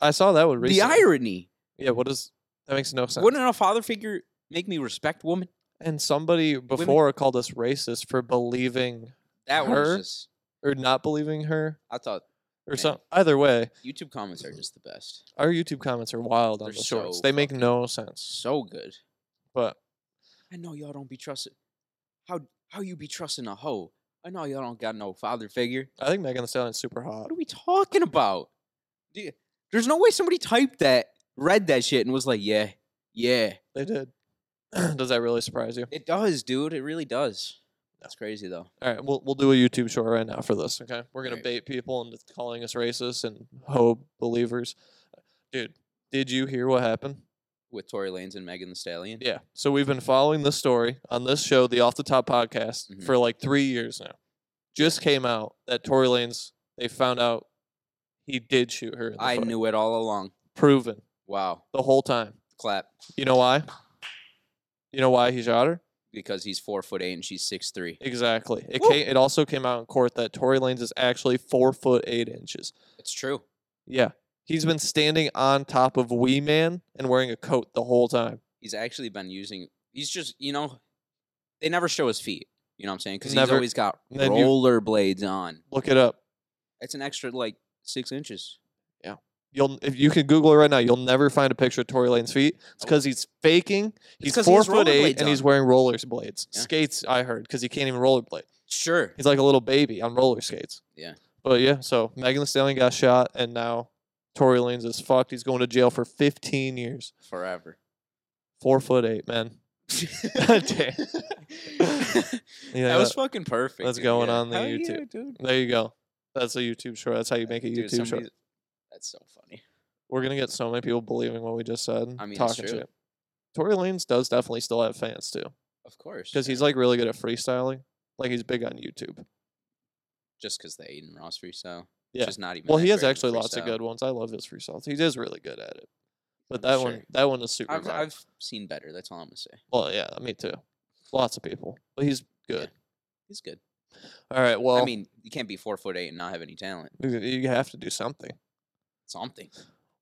Speaker 1: I saw that one recently.
Speaker 2: The irony.
Speaker 1: Yeah. What does that makes no sense?
Speaker 2: Wouldn't a father figure make me respect woman?
Speaker 1: and somebody before called us racist for believing
Speaker 2: That
Speaker 1: Her?
Speaker 2: was just.
Speaker 1: or not believing her
Speaker 2: I thought
Speaker 1: or
Speaker 2: Man.
Speaker 1: some. Either way,
Speaker 2: YouTube comments are just the best.
Speaker 1: our YouTube comments are wild on
Speaker 2: They're
Speaker 1: the shorts.
Speaker 2: so
Speaker 1: they make no sense.
Speaker 2: So good.
Speaker 1: But
Speaker 2: I know y'all don't be trusted. How how you be trusting a hoe? I know y'all don't got no father figure.
Speaker 1: I think Megan Thee Stallion's super hot.
Speaker 2: What are we talking about? Do you- There's no way somebody typed that, read that shit, and was like, yeah, yeah.
Speaker 1: They did. Does that really surprise you?
Speaker 2: It does, dude. It really does. That's crazy though.
Speaker 1: All right, we'll we'll do a YouTube short right now for this. Okay, we're gonna
Speaker 2: Alright.
Speaker 1: bait people into calling us racist and hoe believers. Dude, did you hear what happened?
Speaker 2: With Tory Lanez and Megan the Stallion.
Speaker 1: Yeah. So we've been following this story on this show, the Off the Top podcast,
Speaker 2: Mhm.
Speaker 1: for like three years now. Just came out that Tory Lanez. They found out he did shoot her. In the
Speaker 2: I
Speaker 1: foot.
Speaker 2: knew it all along.
Speaker 1: Proven
Speaker 2: Wow.
Speaker 1: the whole time.
Speaker 2: Clap.
Speaker 1: You know why? You know why he shot her?
Speaker 2: Because he's four foot eight and she's six three.
Speaker 1: Exactly. It
Speaker 2: Woo.
Speaker 1: came, it also came out in court that Tory Lanez is actually four foot eight inches.
Speaker 2: It's true.
Speaker 1: Yeah. He's been standing on top of Wee Man and wearing a coat the whole time.
Speaker 2: he's actually been using. He's just you know, they never show his feet. You know what I'm saying? Because he's
Speaker 1: Never.
Speaker 2: always got
Speaker 1: Then you-
Speaker 2: roller blades on.
Speaker 1: Look it up.
Speaker 2: It's an extra like six inches.
Speaker 1: Yeah. You'll if you can Google it right now, you'll never find a picture of Tory Lane's feet. It's because he's faking. He's
Speaker 14: 'cause he
Speaker 1: four
Speaker 14: has
Speaker 1: foot eight
Speaker 14: rollerblades
Speaker 1: and he's
Speaker 14: on.
Speaker 1: wearing roller blades,
Speaker 14: Yeah.
Speaker 1: skates. I heard because he can't even rollerblade.
Speaker 14: Sure.
Speaker 1: He's like a little baby on roller skates.
Speaker 2: Yeah.
Speaker 1: But yeah, so Megan Thee Stallion got shot, and now Tory Lanez is fucked. He's going to jail for 15 years.
Speaker 2: forever.
Speaker 1: Four foot eight, man. Damn. Yeah,
Speaker 2: that was fucking perfect.
Speaker 1: That's
Speaker 2: dude.
Speaker 1: going
Speaker 2: Yeah.
Speaker 1: on the
Speaker 2: Hell yeah,
Speaker 1: YouTube.
Speaker 2: dude.
Speaker 1: There you go. That's a YouTube short. That's how you make a
Speaker 2: Dude,
Speaker 1: YouTube short.
Speaker 2: somebody- That's so funny.
Speaker 1: We're gonna get so many people believing what we just said.
Speaker 2: I mean, it's
Speaker 1: talking
Speaker 2: true.
Speaker 1: shit. Tory Lanez does definitely still have fans too,
Speaker 2: Of course.
Speaker 1: because he's like really good at freestyling. Like he's big on YouTube.
Speaker 2: Just because the Aiden Ross freestyle.
Speaker 1: Yeah.
Speaker 2: Which is not even
Speaker 1: Well, he
Speaker 2: that
Speaker 1: has
Speaker 2: great of a
Speaker 1: actually lots of
Speaker 2: freestyle.
Speaker 1: good ones. I love his freestyles. He is really good at it. But
Speaker 2: I'm
Speaker 1: that
Speaker 2: sure.
Speaker 1: one, that one is super.
Speaker 2: I've,
Speaker 1: viral.
Speaker 2: I've seen better. That's all I'm going to say.
Speaker 1: Well, yeah, me too. Lots of people, but he's good.
Speaker 2: He's good.
Speaker 1: All right. Well,
Speaker 2: I mean, you can't be four foot eight and not have any talent.
Speaker 1: you- you have to do something.
Speaker 2: Something.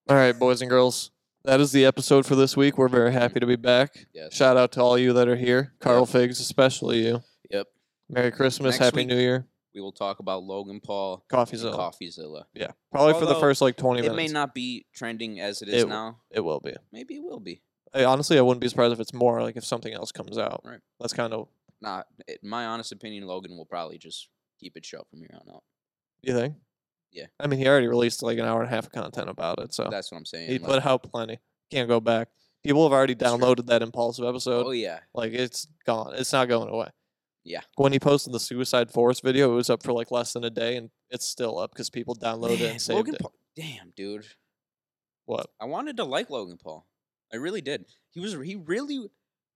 Speaker 1: All right, boys and girls, that is the episode for this week. We're very happy to be back.
Speaker 2: Yes.
Speaker 1: Shout out to all you that are here, Carl Figs, especially you.
Speaker 2: Yep.
Speaker 1: Merry Christmas,
Speaker 2: Next
Speaker 1: Happy
Speaker 2: week,
Speaker 1: New Year.
Speaker 2: We will talk about Logan Paul.
Speaker 1: Coffeezilla.
Speaker 2: And Coffeezilla.
Speaker 1: Yeah, probably for the
Speaker 2: Although,
Speaker 1: first like twenty
Speaker 2: it
Speaker 1: minutes.
Speaker 2: may not be trending as it is
Speaker 1: It w-
Speaker 2: now.
Speaker 1: It will be.
Speaker 2: Maybe it will be.
Speaker 1: I, honestly, I wouldn't be surprised if it's more like if something else comes out.
Speaker 2: Right.
Speaker 1: That's kind of
Speaker 2: Nah, it, my honest opinion, Logan will probably just keep it shut from here on out.
Speaker 1: you think.
Speaker 2: Yeah.
Speaker 1: I mean, he already released like an hour and a half of content about it, so
Speaker 2: That's what I'm saying.
Speaker 1: Oh. he
Speaker 2: like-
Speaker 1: put out plenty. Can't go back. People have already downloaded that impulsive episode.
Speaker 2: oh yeah,
Speaker 1: Like it's gone. It's not going away.
Speaker 2: yeah.
Speaker 1: When he posted the Suicide Forest video, it was up for like less than a day, and it's still up because people downloaded it
Speaker 2: Man,
Speaker 1: and saved
Speaker 2: Logan
Speaker 1: it.
Speaker 2: Paul, damn dude,
Speaker 1: What?
Speaker 2: I wanted to like Logan Paul. I really did. He was he really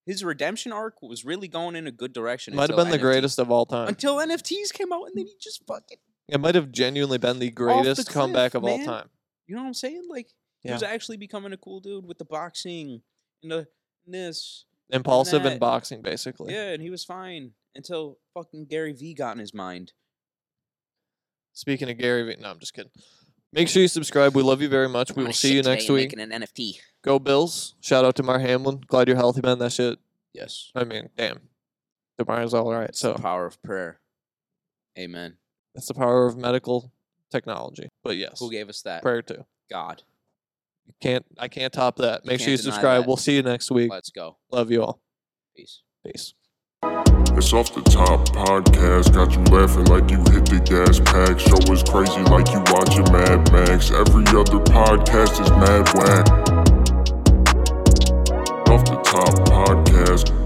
Speaker 2: his redemption arc was really going in a good direction.
Speaker 1: Might have
Speaker 2: until
Speaker 1: been the
Speaker 2: NFT
Speaker 1: greatest of all time.
Speaker 2: until NFTs came out, and then he just fucking.
Speaker 1: It might have genuinely been the greatest
Speaker 2: cliff,
Speaker 1: comeback of all
Speaker 2: man.
Speaker 1: time.
Speaker 2: You know what I'm saying? Like he
Speaker 1: Yeah.
Speaker 2: was actually becoming a cool dude with the boxing and the and this.
Speaker 1: Impulsive and
Speaker 2: that-
Speaker 1: boxing, basically.
Speaker 2: Yeah, and he was fine until fucking Gary Vee got in his mind.
Speaker 1: Speaking of Gary Vee, no, I'm just kidding. Make sure you subscribe. We love you very much. We will see you next week.
Speaker 2: Making an NFT.
Speaker 1: Go Bills. Shout out to Mar Hamlin. Glad you're healthy, man. That shit.
Speaker 2: Yes.
Speaker 1: I mean, damn. Tomorrow's all right. So
Speaker 2: Power of prayer. Amen.
Speaker 1: that's the power of medical technology. But yes,
Speaker 2: Who gave us that?
Speaker 1: prayer too.
Speaker 2: God.
Speaker 1: Can't I can't top that. Make sure
Speaker 2: can't
Speaker 1: you
Speaker 2: deny
Speaker 1: subscribe.
Speaker 2: that.
Speaker 1: We'll see you next week.
Speaker 2: Let's go.
Speaker 1: Love you all.
Speaker 2: Peace.
Speaker 1: Peace.
Speaker 15: It's off the top podcast, got you laughing like you hit the gas pack. Show is crazy like you watching Mad Max. Every other podcast is mad whack. Off the top podcast.